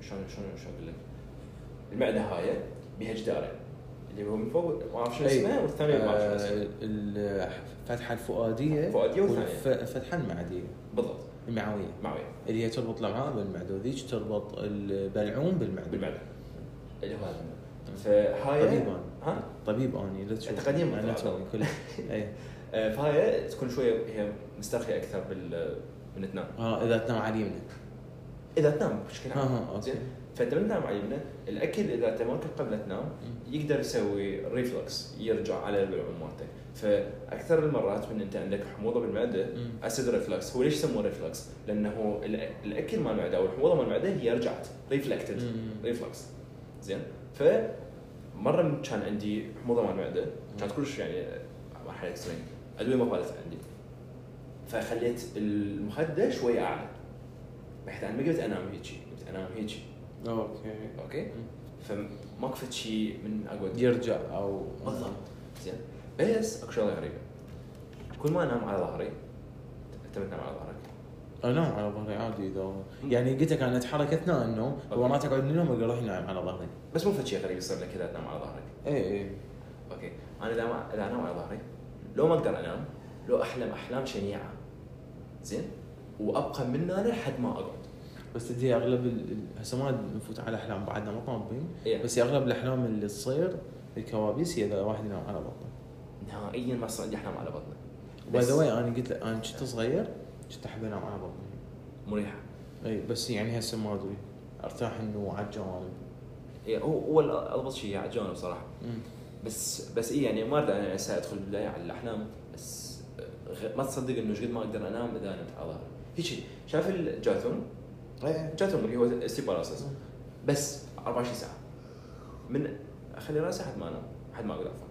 Speaker 2: شلون شلون شلون اقول لك المعده هاي بها جدارين اللي هو من فوق ما اعرف شو
Speaker 1: أي.
Speaker 2: اسمه والثاني ما اعرف شو
Speaker 1: آه،
Speaker 2: اسمه
Speaker 1: الفتحه الفؤاديه
Speaker 2: فؤادية والثانية.
Speaker 1: والفتحه المعديه
Speaker 2: بالضبط
Speaker 1: المعويه
Speaker 2: معويه
Speaker 1: اللي هي تربط الامعاء بالمعده وذيك تربط البلعوم بالمعده
Speaker 2: بالمعنى اللي هو هذا
Speaker 1: مم.
Speaker 2: فهاي
Speaker 1: طبيب
Speaker 2: ها
Speaker 1: طبيب اني لا
Speaker 2: أنت
Speaker 1: تشوف
Speaker 2: قديم
Speaker 1: انا
Speaker 2: طبعاً.
Speaker 1: توي كل اي
Speaker 2: آه، فهاي تكون شويه هي مسترخيه اكثر بال من تنام
Speaker 1: اه اذا تنام على اليمنى آه،
Speaker 2: اذا تنام بشكل
Speaker 1: ها
Speaker 2: عام
Speaker 1: ها اوكي
Speaker 2: نعم. زين فانت من تنام على اليمنى الاكل اذا انت ما أكلت قبل تنام يقدر يسوي ريفلكس يرجع على البلعوم مالته فاكثر المرات من انت عندك حموضه بالمعده
Speaker 1: مم.
Speaker 2: اسيد ريفلكس هو ليش سموه ريفلكس؟ لانه الأ- الاكل مال المعده او الحموضه مال المعده هي رجعت ريفلكتد
Speaker 1: مم.
Speaker 2: ريفلكس زين ف مره من- كان عندي حموضه مال المعده كانت كلش يعني مرحله اكستريم ادويه ما فادت عندي فخليت المخده شوي اعلى بحيث انا ما قدرت انام هيجي قلت انام هيجي
Speaker 1: اوكي
Speaker 2: اوكي فما كفت شيء من اقعد
Speaker 1: يرجع او
Speaker 2: بالضبط زين بس اكو شغله غريبه كل ما انام على ظهري انت بتنام على ظهرك
Speaker 1: انام على ظهري عادي اذا يعني قلت لك انا اتحرك اثناء النوم ومرات اقعد من النوم اقول روح نايم على ظهري
Speaker 2: بس مو فد شيء غريب يصير لك اذا تنام على ظهرك
Speaker 1: اي اي
Speaker 2: اوكي انا اذا ما اذا انام على ظهري لو ما اقدر انام لو احلم احلام شنيعه زين وابقى من هنا لحد ما اقعد
Speaker 1: بس تدري اغلب ال- ال- هسه ما نفوت على احلام بعدنا ما طابين
Speaker 2: إيه.
Speaker 1: بس اغلب الاحلام اللي تصير الكوابيس هي اذا واحد ينام على بطنه
Speaker 2: نهائيا ما صار عندي احلام على بطني
Speaker 1: باي
Speaker 2: بس
Speaker 1: ذا واي انا قلت لك انا كنت صغير كنت احب انام على بطني
Speaker 2: مريحه
Speaker 1: اي بس يعني هسه ما ادري ارتاح انه على الجوانب
Speaker 2: إيه هو هو اضبط شيء على الجانب صراحه
Speaker 1: أمم.
Speaker 2: بس بس اي يعني ما اريد انا هسه ادخل بالبدايه على الاحلام بس آه، غ- ما تصدق انه شقد ما اقدر انام اذا نمت على ظهري هيك شايف الجاثوم
Speaker 1: إيه.
Speaker 2: جاثوم اللي هو ستيباراسس بس 24 ساعه من اخلي راسي حد ما انام حد ما اقدر افهم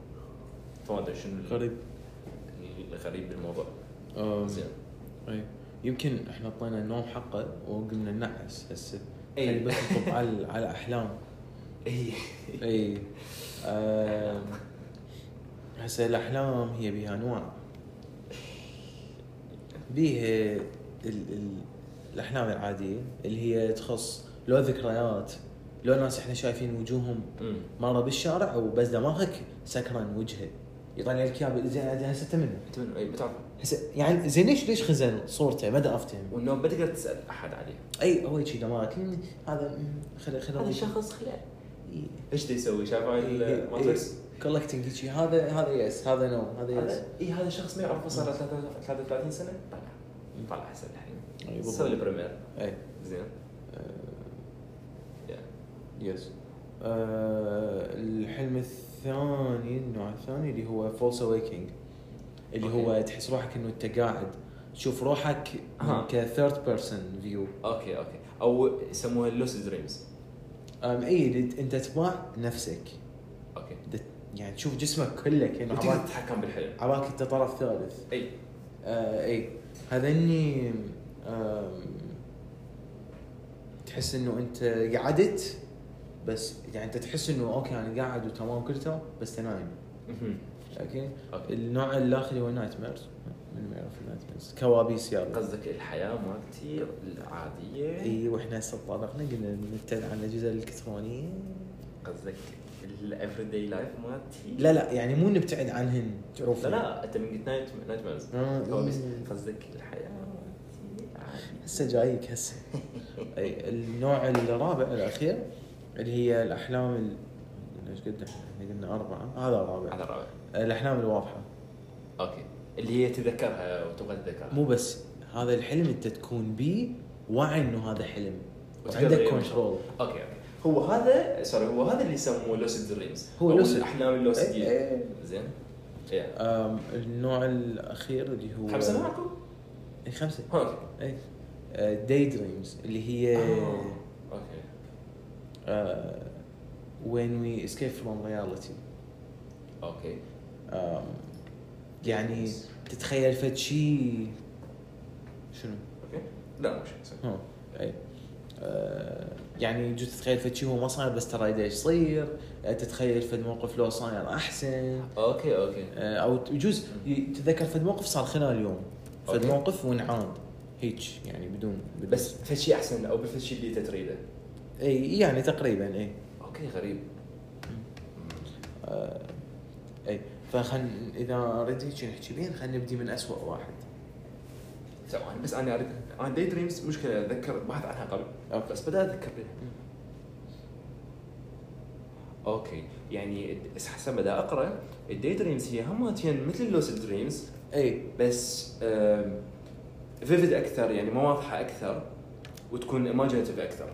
Speaker 2: فما ادري شنو ال-
Speaker 1: قريب
Speaker 2: الغريب بالموضوع
Speaker 1: آه،
Speaker 2: زين
Speaker 1: إي. يمكن احنا طينا النوم حقه وقمنا ننعس هسه
Speaker 2: إي.
Speaker 1: خلي بس نطب على على احلام
Speaker 2: *laughs* اي
Speaker 1: اي آم، هسه الاحلام هي بها انواع بيها ال ال الاحلام العاديه اللي هي تخص لو ذكريات لو ناس احنا شايفين وجوههم مره بالشارع وبس دماغك سكران وجهه يطلع لك اياه زين هذا هسه منه
Speaker 2: انت منو اي إيه، بتعرف
Speaker 1: هسه يعني زين ليش ليش خزن صورته ما دا افتهم
Speaker 2: والنوم ما تقدر تسال احد عليه
Speaker 1: اي هو شي دماغك مم، هذا خلي
Speaker 2: هذا
Speaker 1: خلي
Speaker 2: شخص خلال ايش دا يسوي شاف
Speaker 1: إيه،
Speaker 2: هاي الماتريكس
Speaker 1: كولكتنج إيه، شي هذا هذا يس هذا نو هذا يس
Speaker 2: هذا اي هذا شخص ما يعرفه صار له 33 سنه طلع طلع احسن الحين
Speaker 1: اي بالضبط.
Speaker 2: سوي البريمير
Speaker 1: اي
Speaker 2: زين
Speaker 1: أه،
Speaker 2: يا.
Speaker 1: يس آه، الحلم الثاني النوع الثاني اللي هو فولس اويكينج اللي هو تحس روحك انه انت قاعد تشوف روحك
Speaker 2: أها.
Speaker 1: كثيرد بيرسون فيو
Speaker 2: اوكي اوكي او يسموها اللوس دريمز
Speaker 1: اي اللي انت تباع نفسك
Speaker 2: اوكي
Speaker 1: يعني تشوف جسمك كله كانه
Speaker 2: وتقدر
Speaker 1: عباك
Speaker 2: تتحكم بالحلم
Speaker 1: عباك انت طرف ثالث
Speaker 2: اي
Speaker 1: آه اي هذني آم، تحس انه انت قعدت بس يعني انت تحس انه اوكي انا قاعد وتمام كل تمام بس أنت نايم
Speaker 2: مهم.
Speaker 1: اوكي
Speaker 2: اوكي
Speaker 1: النوع الاخر هو نايت ميرز من ما يعرف النايت ميرز كوابيس يلا
Speaker 2: قصدك يعني؟ الحياه مالتي العاديه
Speaker 1: اي واحنا هسه طرقنا قلنا نبتعد عن الاجهزه الالكترونيه
Speaker 2: قصدك الافري داي لايف مالتي
Speaker 1: لا لا يعني مو نبتعد عنهن
Speaker 2: لا
Speaker 1: تعرفون
Speaker 2: لا انت من قلت نايت نايت مانز
Speaker 1: آه،
Speaker 2: هو
Speaker 1: إي.
Speaker 2: بس قصدك الحياه مالتي عادية.
Speaker 1: هسه جايك هسه أي النوع الرابع الاخير اللي هي الاحلام ال... ايش قد احنا قلنا اربعه هذا الرابع
Speaker 2: هذا الرابع
Speaker 1: الاحلام الواضحه
Speaker 2: اوكي اللي هي تذكرها وتبغى تتذكرها
Speaker 1: مو بس هذا الحلم انت تكون بيه واعي انه هذا حلم
Speaker 2: وتقدر
Speaker 1: وعندك
Speaker 2: يعني-
Speaker 1: كنترول
Speaker 2: اوكي اوكي هو هذا سوري هو هذا اللي يسموه لوسيد دريمز
Speaker 1: هو lucid. إيه.
Speaker 2: الاحلام اللوسيديه
Speaker 1: إي- إي.
Speaker 2: زين إيه.
Speaker 1: أم، النوع الاخير اللي هو
Speaker 2: خمسه معكم؟
Speaker 1: اي خمسه
Speaker 2: اوكي
Speaker 1: اي داي دريمز آه، اللي هي آه،
Speaker 2: آه، اوكي
Speaker 1: وين وي اسكيب فروم رياليتي
Speaker 2: اوكي
Speaker 1: يعني تتخيل فد شيء شنو؟
Speaker 2: اوكي لا مو شيء
Speaker 1: ها، اي آه، يعني يجوز تتخيل فد شيء هو ما صاير بس ترى يدري ايش يصير آه، تتخيل فد موقف لو صاير احسن
Speaker 2: اوكي اوكي
Speaker 1: آه، او يجوز ي- تتذكر فد موقف صار خلال اليوم فد
Speaker 2: أوكي.
Speaker 1: موقف وانعاد هيك يعني بدون بدون-
Speaker 2: بس في شيء احسن او في شيء اللي انت تريده
Speaker 1: اي يعني تقريبا اي
Speaker 2: اوكي غريب
Speaker 1: آه، اي فخن اذا اريد هيك نحكي بين خلينا نبدي من أسوأ واحد
Speaker 2: طبعا بس انا اريد انا داي دريمز مشكله اتذكر بحث عنها قبل
Speaker 1: أوكي.
Speaker 2: بس بدات اتذكر بها اوكي يعني بس حسب بدا اقرا الداي دريمز هي هم ماتين مثل اللوسيد دريمز
Speaker 1: اي
Speaker 2: بس فيفيد اكثر يعني ما واضحه اكثر وتكون ايماجينيتيف اكثر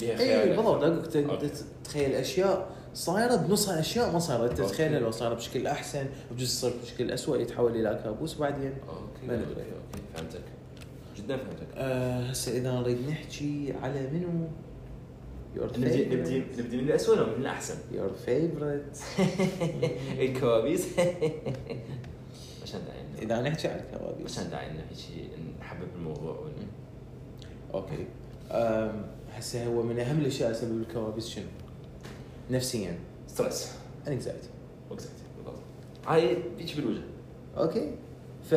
Speaker 2: بيها خيال
Speaker 1: اي
Speaker 2: أكثر.
Speaker 1: إيه، بالضبط دقيق ت-
Speaker 2: أوكي.
Speaker 1: ت- تتخيل اشياء صايره بنصها اشياء ما صارت انت
Speaker 2: أوكي.
Speaker 1: تتخيلها لو صار بشكل احسن بجوز يصير بشكل اسوء يتحول الى كابوس بعدين
Speaker 2: اوكي
Speaker 1: ما
Speaker 2: اوكي
Speaker 1: ندري.
Speaker 2: اوكي فهمتك جدا فهمتك
Speaker 1: آه، هسه اذا نريد نحكي على منو يور
Speaker 2: نبدي نبدي نبدي من الاسوء ولا من الاحسن؟
Speaker 1: يور فيفرت
Speaker 2: *laughs* الكوابيس *laughs* عشان داعي
Speaker 1: اذا نحكي على الكوابيس
Speaker 2: عشان داعي انه شيء نحبب الموضوع ون-
Speaker 1: اوكي أم، هسه هو من اهم الاشياء سبب الكوابيس شنو؟ نفسيا
Speaker 2: ستريس
Speaker 1: انكزايتي
Speaker 2: وقزعتي بالضبط هاي بيجي بالوجه
Speaker 1: اوكي ف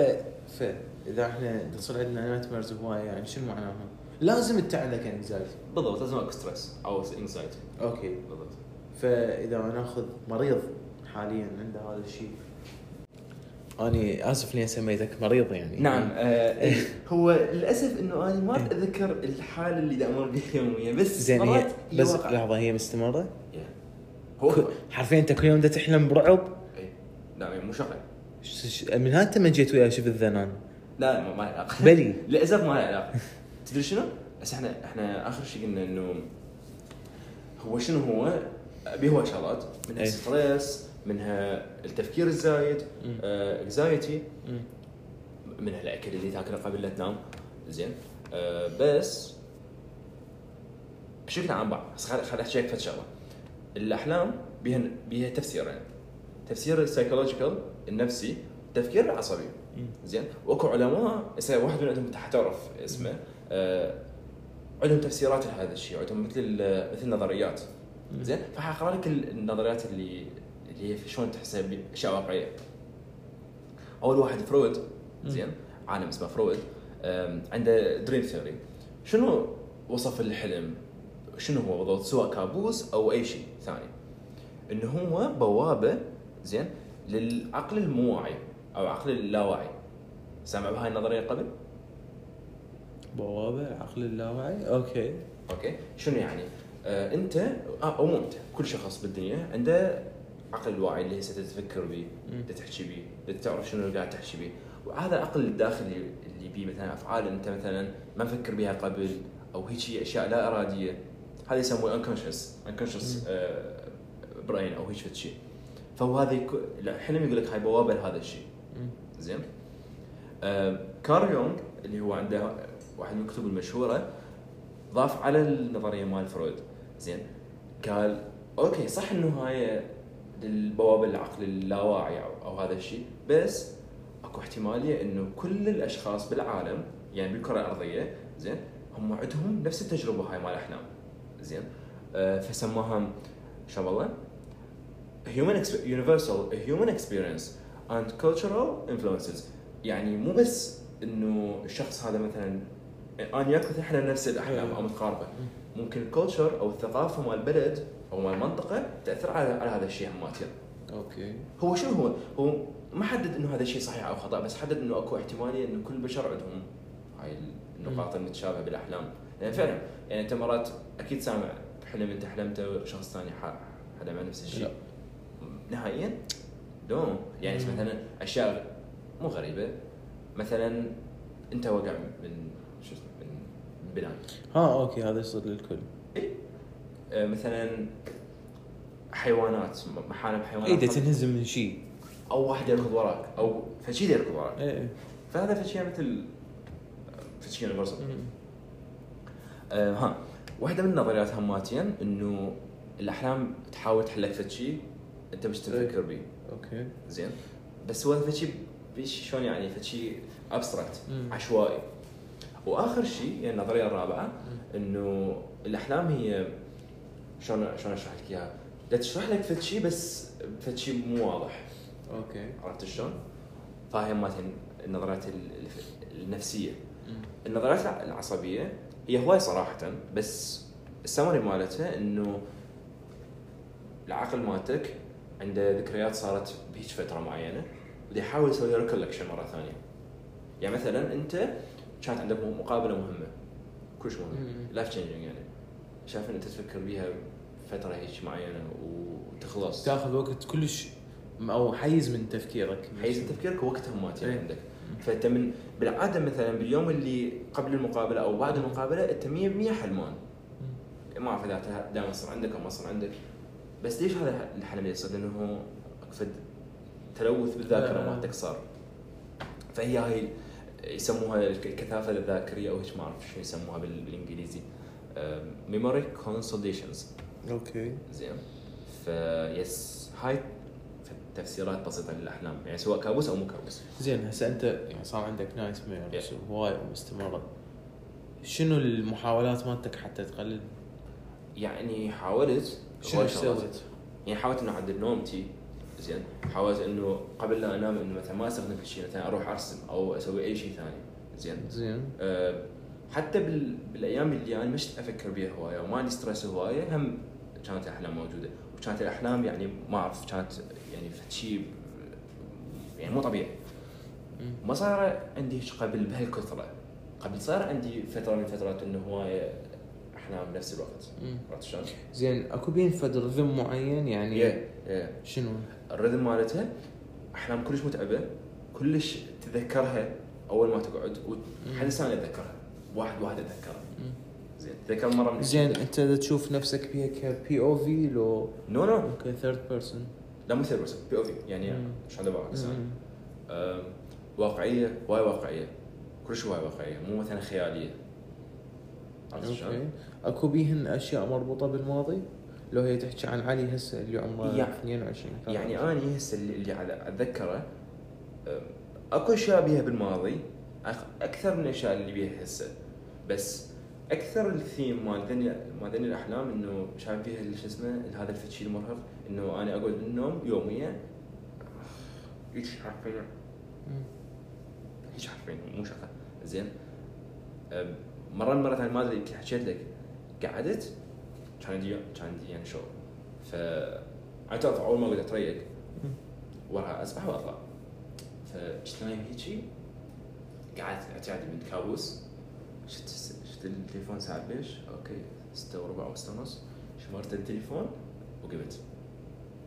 Speaker 1: ف اذا احنا صار عندنا نايتميرز هوايه يعني شنو معناها؟ لازم يعني انت عندك انكزايتي
Speaker 2: بالضبط لازم اكو ستريس او انكزايتي
Speaker 1: اوكي
Speaker 2: بالضبط
Speaker 1: فاذا ناخذ مريض حاليا عنده هذا الشيء اني اسف اني سميتك مريض يعني
Speaker 2: نعم آه، إيه. *laughs* هو للاسف انه انا ما اتذكر الحاله اللي دا امر *laughs* بها يوميا بس
Speaker 1: إيه. زين هي
Speaker 2: مرات
Speaker 1: بس
Speaker 2: يوقع.
Speaker 1: لحظه هي مستمره؟
Speaker 2: يا.
Speaker 1: كل-
Speaker 2: هو
Speaker 1: حرفيا انت كل يوم دا تحلم برعب
Speaker 2: إيه. لا يعني مو شغل
Speaker 1: ش- ش- من هاي انت ما جيت وياي شوف الذنان
Speaker 2: لا ما- ما له علاقه
Speaker 1: بلي
Speaker 2: للاسف ما له علاقه تدري شنو؟ بس احنا احنا اخر شيء قلنا انه هو شنو هو؟ ابي هو شغلات منها
Speaker 1: إيه.
Speaker 2: ستريس منها التفكير الزايد
Speaker 1: مم.
Speaker 2: اكزايتي
Speaker 1: مم.
Speaker 2: منها الاكل اللي تاكله قبل لا تنام زين آه بس بشكل عام بعض بس خل خل احكي لك فد شغله الاحلام بيها بيها تفسيرين تفسير السايكولوجيكال النفسي التفكير العصبي
Speaker 1: مم.
Speaker 2: زين واكو علماء هسه واحد من عندهم تحترف اسمه آه عندهم تفسيرات لهذا الشيء عندهم مثل ال- مثل النظريات
Speaker 1: مم.
Speaker 2: *laughs* زين فحقرا لك ال- النظريات اللي اللي هي شلون تحسها باشياء واقعيه اول واحد فرويد
Speaker 1: مم.
Speaker 2: زين عالم اسمه فرويد آم، عنده دريم ثيوري شنو وصف الحلم شنو هو بالضبط سواء كابوس او اي شيء ثاني انه هو بوابه زين للعقل المو واعي او عقل اللاواعي سامع بهاي النظريه قبل؟
Speaker 1: بوابه العقل اللاواعي اوكي
Speaker 2: اوكي شنو يعني؟ آه انت آه او مو انت كل شخص بالدنيا عنده عقل واعي اللي هسه تفكر به
Speaker 1: مم.
Speaker 2: بدك تحكي بيه بدك تعرف شنو اللي قاعد تحكي بيه وهذا العقل الداخلي اللي بيه مثلا افعال انت مثلا ما مفكر بها قبل او هيجي اشياء لا اراديه هذا يسموه انكونشس انكونشس براين او هيك شيء فهو هذا يكو- الحلم يقول لك هاي بوابه لهذا الشيء
Speaker 1: مم.
Speaker 2: زين آه كارل يونغ اللي هو عنده واحد من الكتب المشهوره ضاف على النظريه مال فرويد زين قال اوكي صح انه هاي للبوابه العقل اللاواعي او, أو هذا الشيء بس اكو احتماليه انه كل الاشخاص بالعالم يعني بالكره الارضيه زين هم عندهم نفس التجربه هاي مال احلام زين آه فسموها شو والله human exp- universal human experience and cultural influences يعني مو بس انه الشخص هذا مثلا انا وياك احنا نفس الاحلام او متقاربه ممكن الكلتشر او الثقافه مال البلد او مال المنطقه تاثر على على هذا الشيء هماتين
Speaker 1: اوكي
Speaker 2: هو شنو هو؟ هو ما حدد انه هذا الشيء صحيح او خطا بس حدد انه اكو احتماليه انه كل البشر عندهم هاي النقاط المتشابهه بالاحلام لان فعلا يعني انت مرات اكيد سامع بحلم انت حلمته شخص ثاني ح- حلم عن نفس الشيء
Speaker 1: لا.
Speaker 2: نهائيا دوم يعني
Speaker 1: مم.
Speaker 2: مثلا اشياء مو غريبه مثلا انت وقع من شو اسمه من من بنايه
Speaker 1: ها اه اوكي هذا يصير للكل
Speaker 2: آه، مثلا حيوانات م- محارم حيوانات
Speaker 1: ايده إيه، تنهزم من شيء
Speaker 2: او واحد يركض وراك او فشي يركض وراك
Speaker 1: إيه، إيه.
Speaker 2: فهذا فشي مثل فشي يونيفرسال
Speaker 1: مم.
Speaker 2: آه ها واحده من النظريات هماتين انه الاحلام تحاول تحل لك فشي انت مش
Speaker 1: إيه.
Speaker 2: تفكر بيه
Speaker 1: اوكي
Speaker 2: زين بس هو فشي بيش شلون يعني فشي ابستراكت
Speaker 1: مم.
Speaker 2: عشوائي واخر شيء يعني النظريه الرابعه انه الاحلام هي شلون شلون اشرح لك اياها؟ لا تشرح لك فشي بس فشي مو واضح
Speaker 1: اوكي
Speaker 2: عرفت شلون؟ فهي مالتين النظريات ال- الف- النفسيه
Speaker 1: مم.
Speaker 2: النظريات الع- العصبيه هي هواي صراحه بس السمري مالتها انه العقل مالتك عنده ذكريات صارت بهيج فتره معينه بده يحاول يسوي ريكولكشن مره ثانيه يعني مثلا انت كانت عندك م- مقابله مهمه كلش مهمه
Speaker 1: مم.
Speaker 2: لايف تشينجينج يعني شايف ان انت تفكر بيها فتره هيك معينه وتخلص
Speaker 1: تاخذ وقت كلش او حيز من تفكيرك
Speaker 2: حيز تفكيرك وقتها ما
Speaker 1: إيه.
Speaker 2: عندك فانت من بالعاده مثلا باليوم اللي قبل المقابله او بعد المقابله انت 100% حلمان
Speaker 1: مم.
Speaker 2: ما اعرف اذا دائما صار عندك او ما صار عندك بس ليش هذا الحلم اللي يصير؟ لانه هو اقصد تلوث بالذاكره
Speaker 1: آه.
Speaker 2: مالتك صار فهي هاي يسموها الك- الكثافه الذاكريه او هيك ما اعرف شو يسموها بال- بالانجليزي ميموري كونسوليشنز
Speaker 1: اوكي
Speaker 2: زين فيس هاي تفسيرات بسيطه للاحلام يعني سواء كابوس او مو كابوس
Speaker 1: زين هسه انت يعني صار عندك نايت ميرز
Speaker 2: Yeah.
Speaker 1: هواي ومستمره شنو المحاولات مالتك حتى تقلل
Speaker 2: يعني حاولت
Speaker 1: شنو
Speaker 2: هواي شغلات.
Speaker 1: سويت؟
Speaker 2: يعني حاولت انه اعدل نومتي زين حاولت انه قبل لا انام انه مثلا ما استخدم في شيء مثلا اروح ارسم او اسوي اي شيء ثاني زين
Speaker 1: زين
Speaker 2: أه حتى بال... بالايام اللي انا مش افكر بها هوايه وما عندي ستريس هوايه هم كانت الاحلام موجوده وكانت الاحلام يعني ما اعرف كانت يعني شيء يعني مو طبيعي
Speaker 1: مم.
Speaker 2: ما صار عندي هيك قبل بهالكثره قبل صار عندي فتره من فترات انه هوايه احلام بنفس الوقت
Speaker 1: مم.
Speaker 2: عرفت شلون؟
Speaker 1: زين اكو بين فد رذم معين يعني
Speaker 2: يا- يا.
Speaker 1: شنو؟
Speaker 2: الرذم مالتها احلام كلش متعبه كلش تتذكرها اول ما تقعد وحد ثاني يتذكرها واحد واحد يتذكرها
Speaker 1: مم.
Speaker 2: زين تذكر مره من
Speaker 1: زين انت اذا تشوف نفسك بيها كبي او في لو
Speaker 2: نو نو
Speaker 1: كثيرد بيرسون
Speaker 2: لا مو ثيربس بي او في يعني
Speaker 1: مم.
Speaker 2: شلون دبرك واقعيه وايد واقعيه كلش وايد واقعيه مو مثلا خياليه عرفت شلون؟
Speaker 1: اوكي اكو بيهن اشياء مربوطه بالماضي؟ لو هي تحكي عن علي هسه اللي عمره
Speaker 2: يعني-
Speaker 1: 22
Speaker 2: يعني انا هسه اللي اللي على- اتذكره أم، اكو اشياء بيها بالماضي أخ- اكثر من الاشياء اللي بيها هسه بس اكثر الثيم مال دنيا مال دنيا الاحلام انه شايف فيها ال- شو اسمه هذا الفتشي المرهق انه انا اقعد من النوم يوميا ايش حرفيا
Speaker 1: مم.
Speaker 2: ايش حرفيا مو شقه زين أم، مره من المرات انا ما ادري يمكن حكيت لك قعدت كان عندي كان عندي يعني شغل ف أنا تعرف اول ما بدي اتريق
Speaker 1: مم.
Speaker 2: وراها اسبح واطلع فكنت نايم هيجي قعدت اتعدي من كابوس شفت شفت التليفون ساعة بيش اوكي ستة وربع أو ستة ونص شمرت التليفون وقمت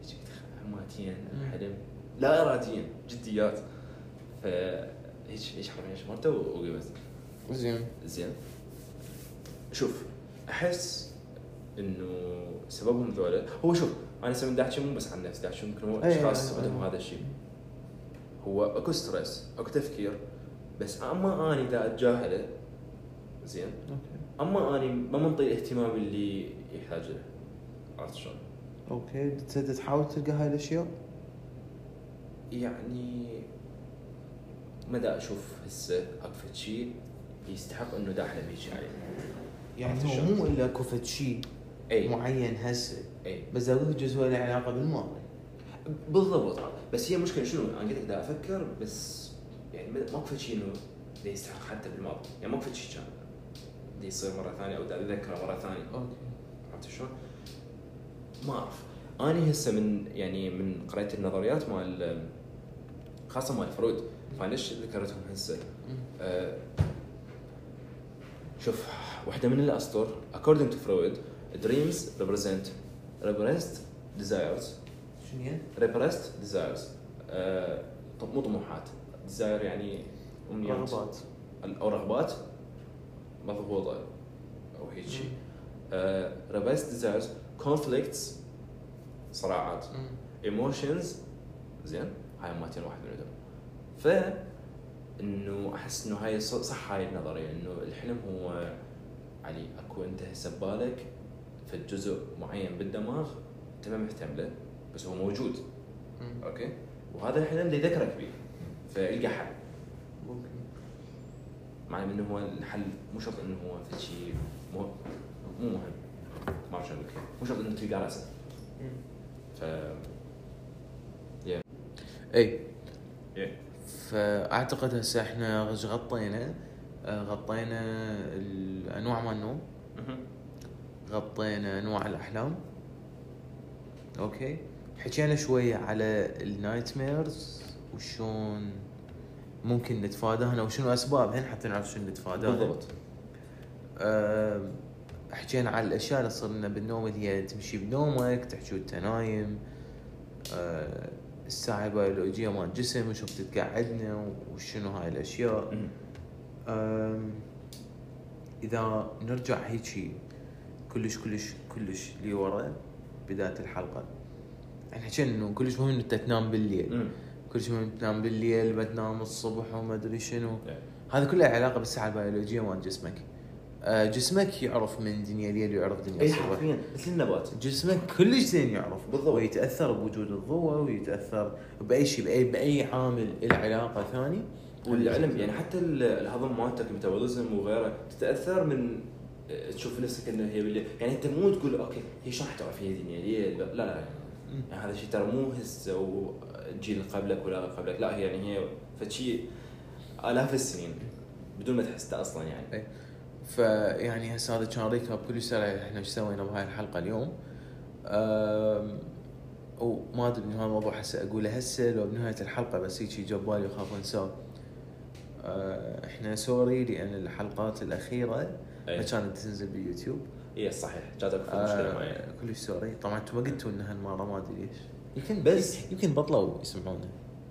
Speaker 2: هيجي قلت خ- هماتيا
Speaker 1: مم.
Speaker 2: حلم لا اراديا جديات ف هيج هيج حرفيا شمرته وقمت
Speaker 1: زين
Speaker 2: زين شوف احس انه سببهم ذولا هو شوف انا هسه من داحشي مو بس عن نفسي داحشي ممكن هو
Speaker 1: أي-
Speaker 2: اشخاص
Speaker 1: أي-
Speaker 2: عندهم
Speaker 1: أي.
Speaker 2: هذا الشيء هو اكو ستريس اكو تفكير بس اما اني دا اتجاهله زين
Speaker 1: اوكي
Speaker 2: اما اني ما منطي الاهتمام اللي يحتاج له عرفت شلون؟
Speaker 1: اوكي انت تحاول تلقى هاي الاشياء
Speaker 2: يعني مدى اشوف هسه اكو شيء يستحق انه دا احلم هيجي عليه
Speaker 1: يعني هو مو الا اكو فد شيء
Speaker 2: اي
Speaker 1: معين هسه
Speaker 2: اي
Speaker 1: بس هذا جزء له علاقه بالماضي
Speaker 2: بالضبط بس هي مشكله شنو انا قلت لك دا افكر بس يعني ما اكو شيء انه دا يستحق حتى بالماضي يعني ما اكو شيء كان دا يصير مره ثانيه او دا اتذكره مره ثانيه
Speaker 1: اوكي
Speaker 2: عرفت شلون؟ ما اعرف انا هسه من يعني من قريت النظريات مال خاصه مال فرويد فليش ذكرتهم هسه؟ أه، شوف واحده من الاسطر according to فرويد dreams represent repressed desires
Speaker 1: شنو هي؟
Speaker 2: repressed desires أه، طب مو طموحات desire يعني امنيات
Speaker 1: رغبات
Speaker 2: او رغبات مضبوطه او هيك شيء آه، ريفرس ديزايرز كونفليكتس صراعات
Speaker 1: مم.
Speaker 2: ايموشنز زين هاي مالتين واحد من عندهم ف انه احس انه هاي ص- صح هاي النظريه انه الحلم هو علي اكو انت هسه ببالك في جزء معين بالدماغ انت ما مهتم له بس هو موجود
Speaker 1: مم.
Speaker 2: اوكي وهذا الحلم اللي يذكرك به فالقى حل
Speaker 1: اوكي
Speaker 2: مع انه هو الحل مو شرط انه هو في شيء مو مو مهم ما اعرف شلون أقول لك. مو شرط انه تلقى راسه
Speaker 1: مم.
Speaker 2: ف
Speaker 1: اي
Speaker 2: إيه.
Speaker 1: فاعتقد هسه احنا غش غطينا آه، غطينا الانواع مال النوم غطينا انواع الاحلام اوكي حكينا شويه على النايت ميرز وشون ممكن نتفاداهن او شنو اسبابهن حتى نعرف شنو نتفاداهن
Speaker 2: بالضبط
Speaker 1: آم، حكينا على الاشياء اللي تصير لنا بالنوم اللي هي تمشي بنومك تحكي وانت نايم آه، الساعه البيولوجيه مال الجسم وشوف تتقعدنا وشنو هاي الاشياء أم، اذا نرجع هيجي كلش كلش كلش لورا بدايه الحلقه احنا حكينا انه كلش مهم انت تنام بالليل
Speaker 2: أمم.
Speaker 1: كلش مهم تنام بالليل ما تنام الصبح وما ادري شنو
Speaker 2: إيه.
Speaker 1: هذا كله علاقه بالساعه البيولوجيه مال جسمك أه، جسمك يعرف من دنيا الليل ويعرف دنيا
Speaker 2: اي
Speaker 1: الصبح
Speaker 2: حرفيا مثل النبات
Speaker 1: جسمك كلش زين يعرف
Speaker 2: بالضبط.
Speaker 1: ويتاثر بوجود الضوء ويتاثر باي شيء باي باي عامل له علاقه ثاني
Speaker 2: والعلم يعني حتى ال- الهضم مالتك الميتابوليزم وغيره تتاثر من آه، تشوف نفسك انه هي بالليل يعني انت مو تقول اوكي هي شلون حتعرف هي دنيا ليل لا لا, لا.
Speaker 1: مم.
Speaker 2: يعني هذا الشيء ترى مو هسه والجيل اللي قبلك ولا اللي قبلك لا هي يعني هي فشي الاف السنين بدون ما تحسها اصلا يعني
Speaker 1: فيعني هسه هذا كان ريكاب كل سريع احنا ايش سوينا بهاي الحلقه اليوم أم، وما ادري إن هذا الموضوع هسه اقوله هسه لو بنهايه الحلقه بس هيك جاب بالي وخاف انساه أه، احنا سوري لان الحلقات الاخيره ما
Speaker 2: اي
Speaker 1: كانت تنزل باليوتيوب
Speaker 2: إيه، صحيح جاتك مشكله معينه
Speaker 1: أه، كلش سوري طبعا انتم ما قلتوا ان هالمره ما ادري ليش يمكن بس يمكن بطلوا يسمعونا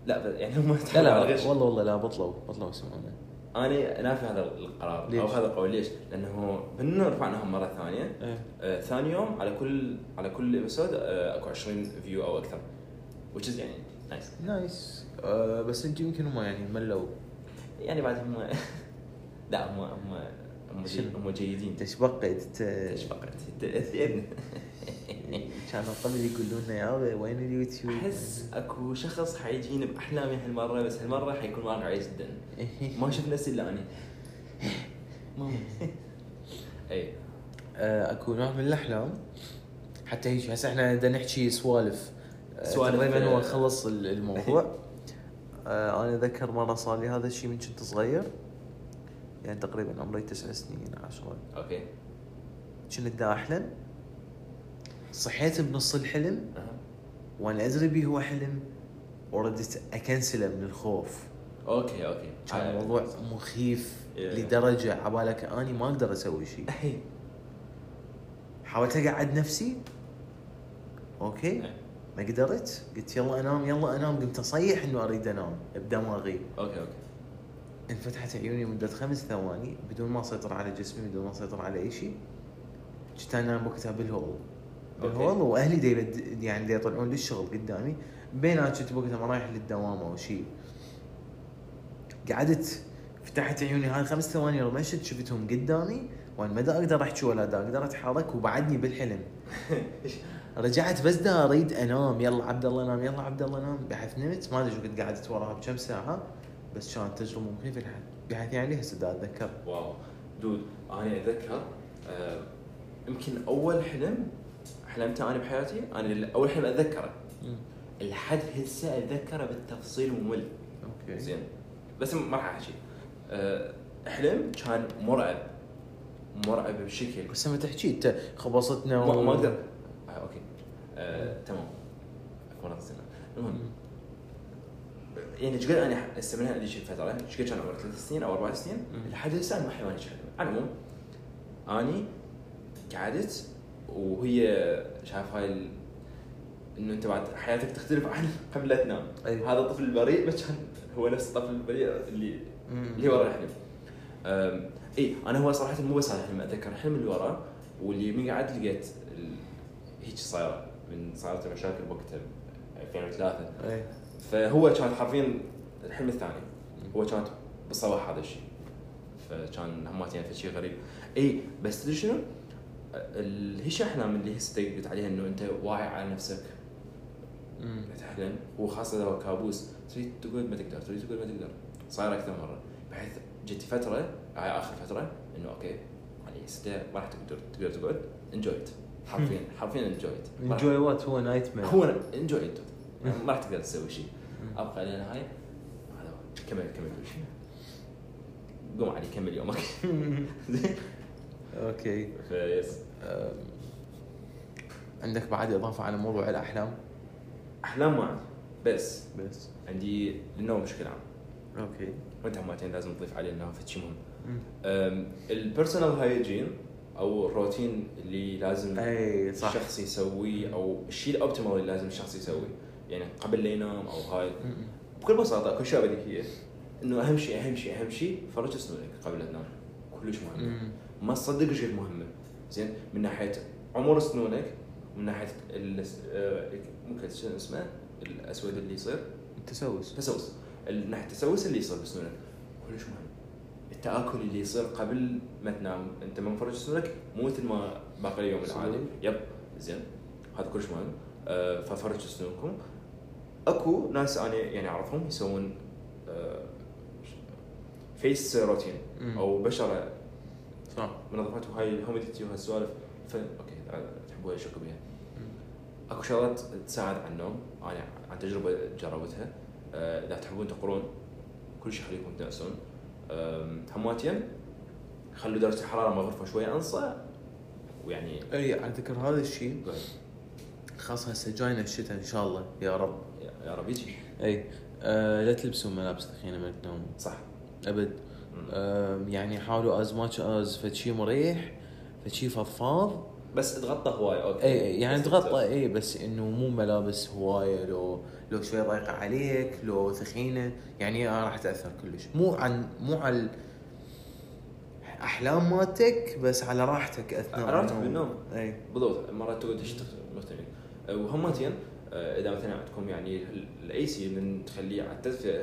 Speaker 2: لا بس يعني هم
Speaker 1: لا لا والله والله لا بطلوا بطلوا يسمعونا
Speaker 2: انا نافي هذا القرار او
Speaker 1: ليش؟
Speaker 2: هذا القول ليش؟ لانه من رفعناهم مره ثانيه آه، ثاني يوم على كل على كل آه، ايبسود اكو 20 فيو او اكثر which is يعني نايس
Speaker 1: نايس أه، بس انتم يمكن هم يعني ملوا
Speaker 2: يعني بعد هم *laughs* لا هم هم هم جي-
Speaker 1: شنو؟
Speaker 2: هم جيدين
Speaker 1: تشبقت
Speaker 2: ايش فقط؟ تأثيرنا
Speaker 1: كانوا قبل يقولون لنا يابا وين اليوتيوب؟
Speaker 2: احس اكو شخص حيجيني باحلامي هالمره بس هالمره حيكون
Speaker 1: *laughs*
Speaker 2: واقعي جدا ما شفت نفسي الا اني *laughs* ماما. اي
Speaker 1: آه، اكو نوع من الاحلام حتى هيك هسه احنا بدنا نحكي سوالف آه،
Speaker 2: سوالف،
Speaker 1: تقريبا
Speaker 2: آه،
Speaker 1: هو خلص ال- الموضوع *laughs* آه، انا اذكر مره صار لي هذا الشيء من كنت صغير يعني تقريبا عمري تسع سنين عشرة
Speaker 2: اوكي
Speaker 1: كنت دا احلم صحيت بنص الحلم
Speaker 2: أها.
Speaker 1: وانا ادري بيه هو حلم وردت اكنسله من الخوف
Speaker 2: اوكي اوكي
Speaker 1: كان
Speaker 2: آه،
Speaker 1: الموضوع مخيف
Speaker 2: Yeah.
Speaker 1: لدرجه عبالك اني ما اقدر اسوي شيء
Speaker 2: إي.
Speaker 1: حاولت اقعد نفسي اوكي
Speaker 2: إيه.
Speaker 1: ما قدرت قلت يلا انام يلا انام قمت اصيح انه اريد انام بدماغي
Speaker 2: اوكي اوكي
Speaker 1: انفتحت عيوني مده خمس ثواني بدون ما اسيطر على جسمي بدون ما اسيطر على اي شيء كنت انا وقتها بالهول بالهول
Speaker 2: أوكي.
Speaker 1: واهلي دي يبد- يعني دي يطلعون للشغل قدامي بينها كنت وقتها رايح للدوام او شيء قعدت فتحت عيوني هاي خمس ثواني رمشت شفتهم قدامي وانا ما دا اقدر احكي ولا دا اقدر اتحرك وبعدني بالحلم رجعت بس دا اريد انام يلا عبد الله نام يلا عبد الله نام بحيث نمت ما ادري شو كنت قعدت وراها بكم ساعه بس كانت تجربه مخيفه لحد بحيث يعني هسه دا اتذكر
Speaker 2: *laughs* واو دود انا اتذكر آه، يمكن اول حلم حلمته انا بحياتي انا ال- اول حلم اتذكره لحد هسه اتذكره بالتفصيل ممل
Speaker 1: اوكي
Speaker 2: زين بس ما راح احكي آه، حلم كان مرعب مرعب بشكل
Speaker 1: بس ما تحكي انت خبصتنا
Speaker 2: ما ما اقدر آه، اوكي آه، تمام اكو مرة قصيرة. المهم يعني ايش قد انا هسه من هذيك الفتره ايش قد كان عمري ثلاث سنين او اربع سنين
Speaker 1: مم.
Speaker 2: لحد هسه انا ما حيواني شحال على العموم اني قعدت وهي شايف هاي ال... انه انت بعد حياتك تختلف عن قبل لا تنام
Speaker 1: أي.
Speaker 2: هذا الطفل البريء بس كان هو نفس الطفل البريء اللي
Speaker 1: مم.
Speaker 2: اللي ورا الحلم أم، اي انا هو صراحه مو بس هذا الحلم اتذكر الحلم اللي وراه واللي يمين قعدت لقيت ال... هيك صايره من صارت مشاكل وقتها 2003
Speaker 1: إيه.
Speaker 2: فهو كان حرفيا الحلم الثاني هو كان بصباح هذا الشيء فكان همات يعني شيء غريب اي بس تدري شنو؟ ال- هيش احلام اللي هسه قلت عليها انه انت واعي على نفسك
Speaker 1: مم.
Speaker 2: تحلم وخاصه لو كابوس تريد تقول ما تقدر تريد تقول ما تقدر صاير اكثر مره بحيث جت فتره هاي اخر فتره انه اوكي علي سته ما يعني راح تقدر تقدر تقعد انجويت حرفيا حرفيا انجويت
Speaker 1: انجوي وات هو نايت مير
Speaker 2: هو انجويت يعني ما راح تقدر تسوي شيء ابقى للنهايه هذا هو. كمل كمل كل شيء قوم علي كمل يومك
Speaker 1: *laughs*
Speaker 2: زين
Speaker 1: اوكي
Speaker 2: فيس
Speaker 1: أم، عندك بعد اضافه على موضوع الاحلام
Speaker 2: احلام ما عندي بس
Speaker 1: بس
Speaker 2: عندي النوم بشكل عام
Speaker 1: اوكي
Speaker 2: وانت همتين لازم تضيف عليه انه فد شيء مهم
Speaker 1: مم.
Speaker 2: أم، البيرسونال هايجين او الروتين اللي لازم
Speaker 1: اي إيه، صح
Speaker 2: الشخص يسويه او الشيء الاوبتيمال اللي لازم الشخص يسويه يعني قبل لا ينام او هاي
Speaker 1: مم.
Speaker 2: بكل بساطه كل شيء بديهيه انه اهم شيء اهم شيء اهم شيء فرج سنونك قبل لا تنام كلش مهم
Speaker 1: مم.
Speaker 2: ما تصدق شيء مهمه زين من ناحيه عمر سنونك من ناحيه ال- آه، ممكن شنو اسمه الاسود اللي يصير
Speaker 1: التسوس
Speaker 2: التسوس ال- ناحيه التسوس اللي يصير بسنونك كلش مهم التاكل اللي يصير قبل ما تنام انت ما مفرج سنونك مو مثل ما باقي اليوم العادي
Speaker 1: صدق؟
Speaker 2: يب زين هذا كلش مهم آه، ففرجوا سنونكم اكو ناس انا يعني اعرفهم يسوون آه، ش- فيس روتين
Speaker 1: مم.
Speaker 2: او بشره
Speaker 1: صح
Speaker 2: منظفات وهاي الهوميديتي وهالسوالف فا اوكي آه، تحبوها شكو بيها
Speaker 1: مم.
Speaker 2: اكو شغلات تساعد على النوم انا عن تجربه جربتها آه، اذا تحبون تقرون كل شيء خليكم تنسون آم، هماتيا خلوا درجه الحراره مغرفه شوي انصى ويعني
Speaker 1: اي على ذكر هذا الشيء
Speaker 2: قول.
Speaker 1: خاص هسه جاينا الشتاء ان شاء الله يا رب
Speaker 2: يا- يا رب يجي
Speaker 1: اي آه لا تلبسون ملابس ثخينه من النوم
Speaker 2: صح
Speaker 1: ابد
Speaker 2: مم.
Speaker 1: آه يعني حاولوا از ماتش از فشي مريح فشي فضفاض
Speaker 2: بس تغطى هواي اوكي
Speaker 1: اي اي يعني
Speaker 2: بس
Speaker 1: تغطى اي بس انه مو ملابس هوايه لو لو شوي ضايقه عليك لو ثخينه يعني آه راح تاثر كلش مو عن مو على احلام مالتك بس على راحتك اثناء
Speaker 2: على راحتك بالنوم.
Speaker 1: اي
Speaker 2: بالضبط مرات تقعد تشتغل مختلفين وهمتين آه، اذا مثلا عندكم يعني الاي سي من تخليه على التدفئه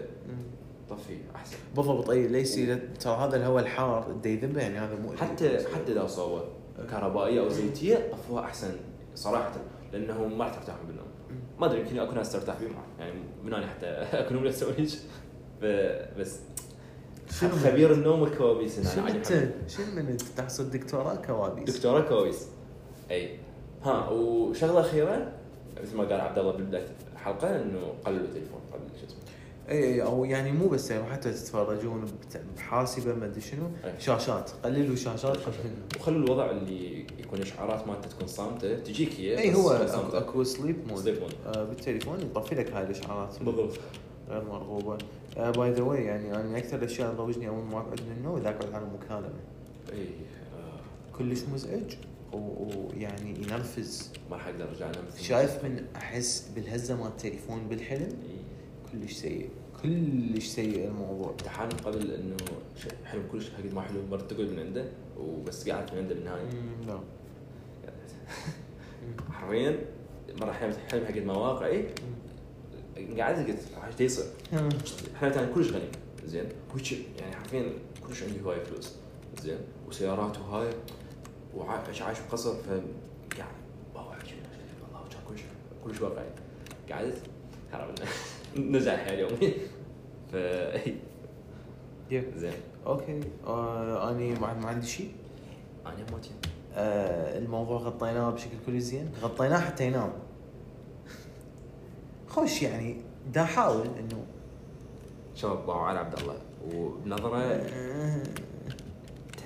Speaker 2: طفيه احسن
Speaker 1: بالضبط اي ليس ترى هذا الهواء الحار دا يذبه يعني هذا مو
Speaker 2: حتى حتى اذا صوه كهربائيه او زيتيه طفوها احسن صراحه لانه ما راح ترتاحون بالنوم ما ادري يمكن اكو ناس ترتاح بيهم يعني من انا حتى *laughs* اكون ولا اسوي هيك ف- بس
Speaker 1: شنو
Speaker 2: خبير النوم والكوابيس هنا يعني
Speaker 1: شنو
Speaker 2: علي
Speaker 1: انت
Speaker 2: حمد.
Speaker 1: شنو من انت تحصل دكتوراه كوابيس
Speaker 2: دكتوره كويس اي ها وشغله اخيره مثل ما قال عبد الله ببدايه الحلقه انه قللوا التليفون قللوا شو اسمه
Speaker 1: اي اي او يعني مو بس يعني حتى تتفرجون بت- بحاسبه ما ادري شنو
Speaker 2: أي.
Speaker 1: شاشات قللوا شاشات
Speaker 2: وخلوا الوضع اللي يكون الاشعارات مالته تكون صامته تجيك هي
Speaker 1: اي
Speaker 2: بس
Speaker 1: هو
Speaker 2: تكون
Speaker 1: اكو
Speaker 2: صامتة.
Speaker 1: اكو سليب مود
Speaker 2: Sleep mode.
Speaker 1: آه، بالتليفون يطفي لك هاي الاشعارات
Speaker 2: بالضبط
Speaker 1: غير مرغوبه باي ذا واي يعني انا اكثر الاشياء اللي تروجني اول ما اقعد من النوم اذا اقعد على مكالمه
Speaker 2: اي آه،
Speaker 1: كلش مزعج و- ويعني ينرفز
Speaker 2: ما راح اقدر ارجع انام
Speaker 1: شايف من احس بالهزه مال التليفون بالحلم
Speaker 2: إي.
Speaker 1: كلش سيء كلش سيء الموضوع
Speaker 2: تحالم قبل انه ش- حلم كلش حق ما حلو مرة تقعد من عنده وبس قعدت من عنده بالنهايه
Speaker 1: مم، لا مم.
Speaker 2: حرفيا مره حلمت حلم حق مواقعي قعدت إيه، قلت راح إيش يصير
Speaker 1: مم.
Speaker 2: حلمت انا يعني كلش غني زين كلش يعني حرفيا كلش عندي هواي فلوس زين وسيارات وهاي وعايش عايش بقصر ف يعني واو عجيب، عجيب، والله كان كلش كلش واقعي قعدت خرب *laughs* نزع الحياه اليومي ف
Speaker 1: Yeah.
Speaker 2: زين
Speaker 1: اوكي آه، اني ما ما عندي شيء
Speaker 2: انا موت يم.
Speaker 1: آه، الموضوع غطيناه بشكل كلش زين غطيناه حتى ينام خوش يعني دا احاول انه
Speaker 2: شباب ضاعوا على عبد الله وبنظره
Speaker 1: *laughs*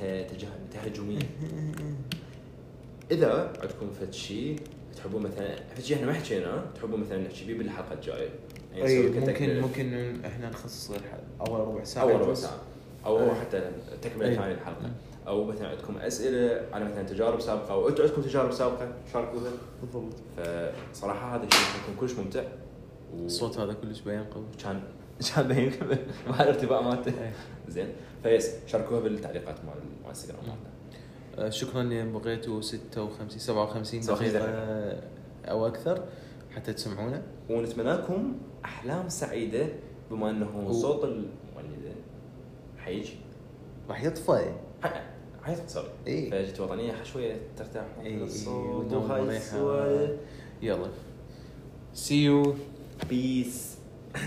Speaker 2: ت- تجه- تهجميه اذا عندكم فد شيء تحبون مثلا فد شيء احنا ما حكيناه تحبون مثلا نحكي بيه بالحلقه الجايه يعني
Speaker 1: اي
Speaker 2: نسوي كتكملة.
Speaker 1: إيه، ممكن ممكن احنا نخصص غير حلقة. اول ربع ساعه
Speaker 2: اول ربع
Speaker 1: يجوز.
Speaker 2: ساعه او
Speaker 1: أي.
Speaker 2: حتى تكمله
Speaker 1: أي.
Speaker 2: ثاني الحلقه او مثلا عندكم اسئله على مثلا تجارب سابقه او انتم عندكم تجارب سابقه شاركوها
Speaker 1: بالضبط
Speaker 2: فصراحه هذا الشيء يكون كلش ممتع و-
Speaker 1: الصوت هذا كلش بيان قوي
Speaker 2: كان كان باين مع الارتباء مالته
Speaker 1: إيه.
Speaker 2: زين فيس شاركوها بالتعليقات مال مال انستغرام مالنا
Speaker 1: آه، شكرا ان بقيتوا 56 57
Speaker 2: 57
Speaker 1: دقيقه او اكثر حتى تسمعونا
Speaker 2: ونتمنى لكم احلام سعيده بما انه
Speaker 1: و-
Speaker 2: صوت المولد حيجي
Speaker 1: راح إيه، يطفى
Speaker 2: ح- حيجي سوري
Speaker 1: إي.
Speaker 2: فجت وطنيه شويه ترتاح
Speaker 1: إي، إي،
Speaker 2: الصوت
Speaker 1: والنوم
Speaker 2: وهاي
Speaker 1: مريحة.
Speaker 2: السوالف
Speaker 1: يلا سي يو
Speaker 2: بيس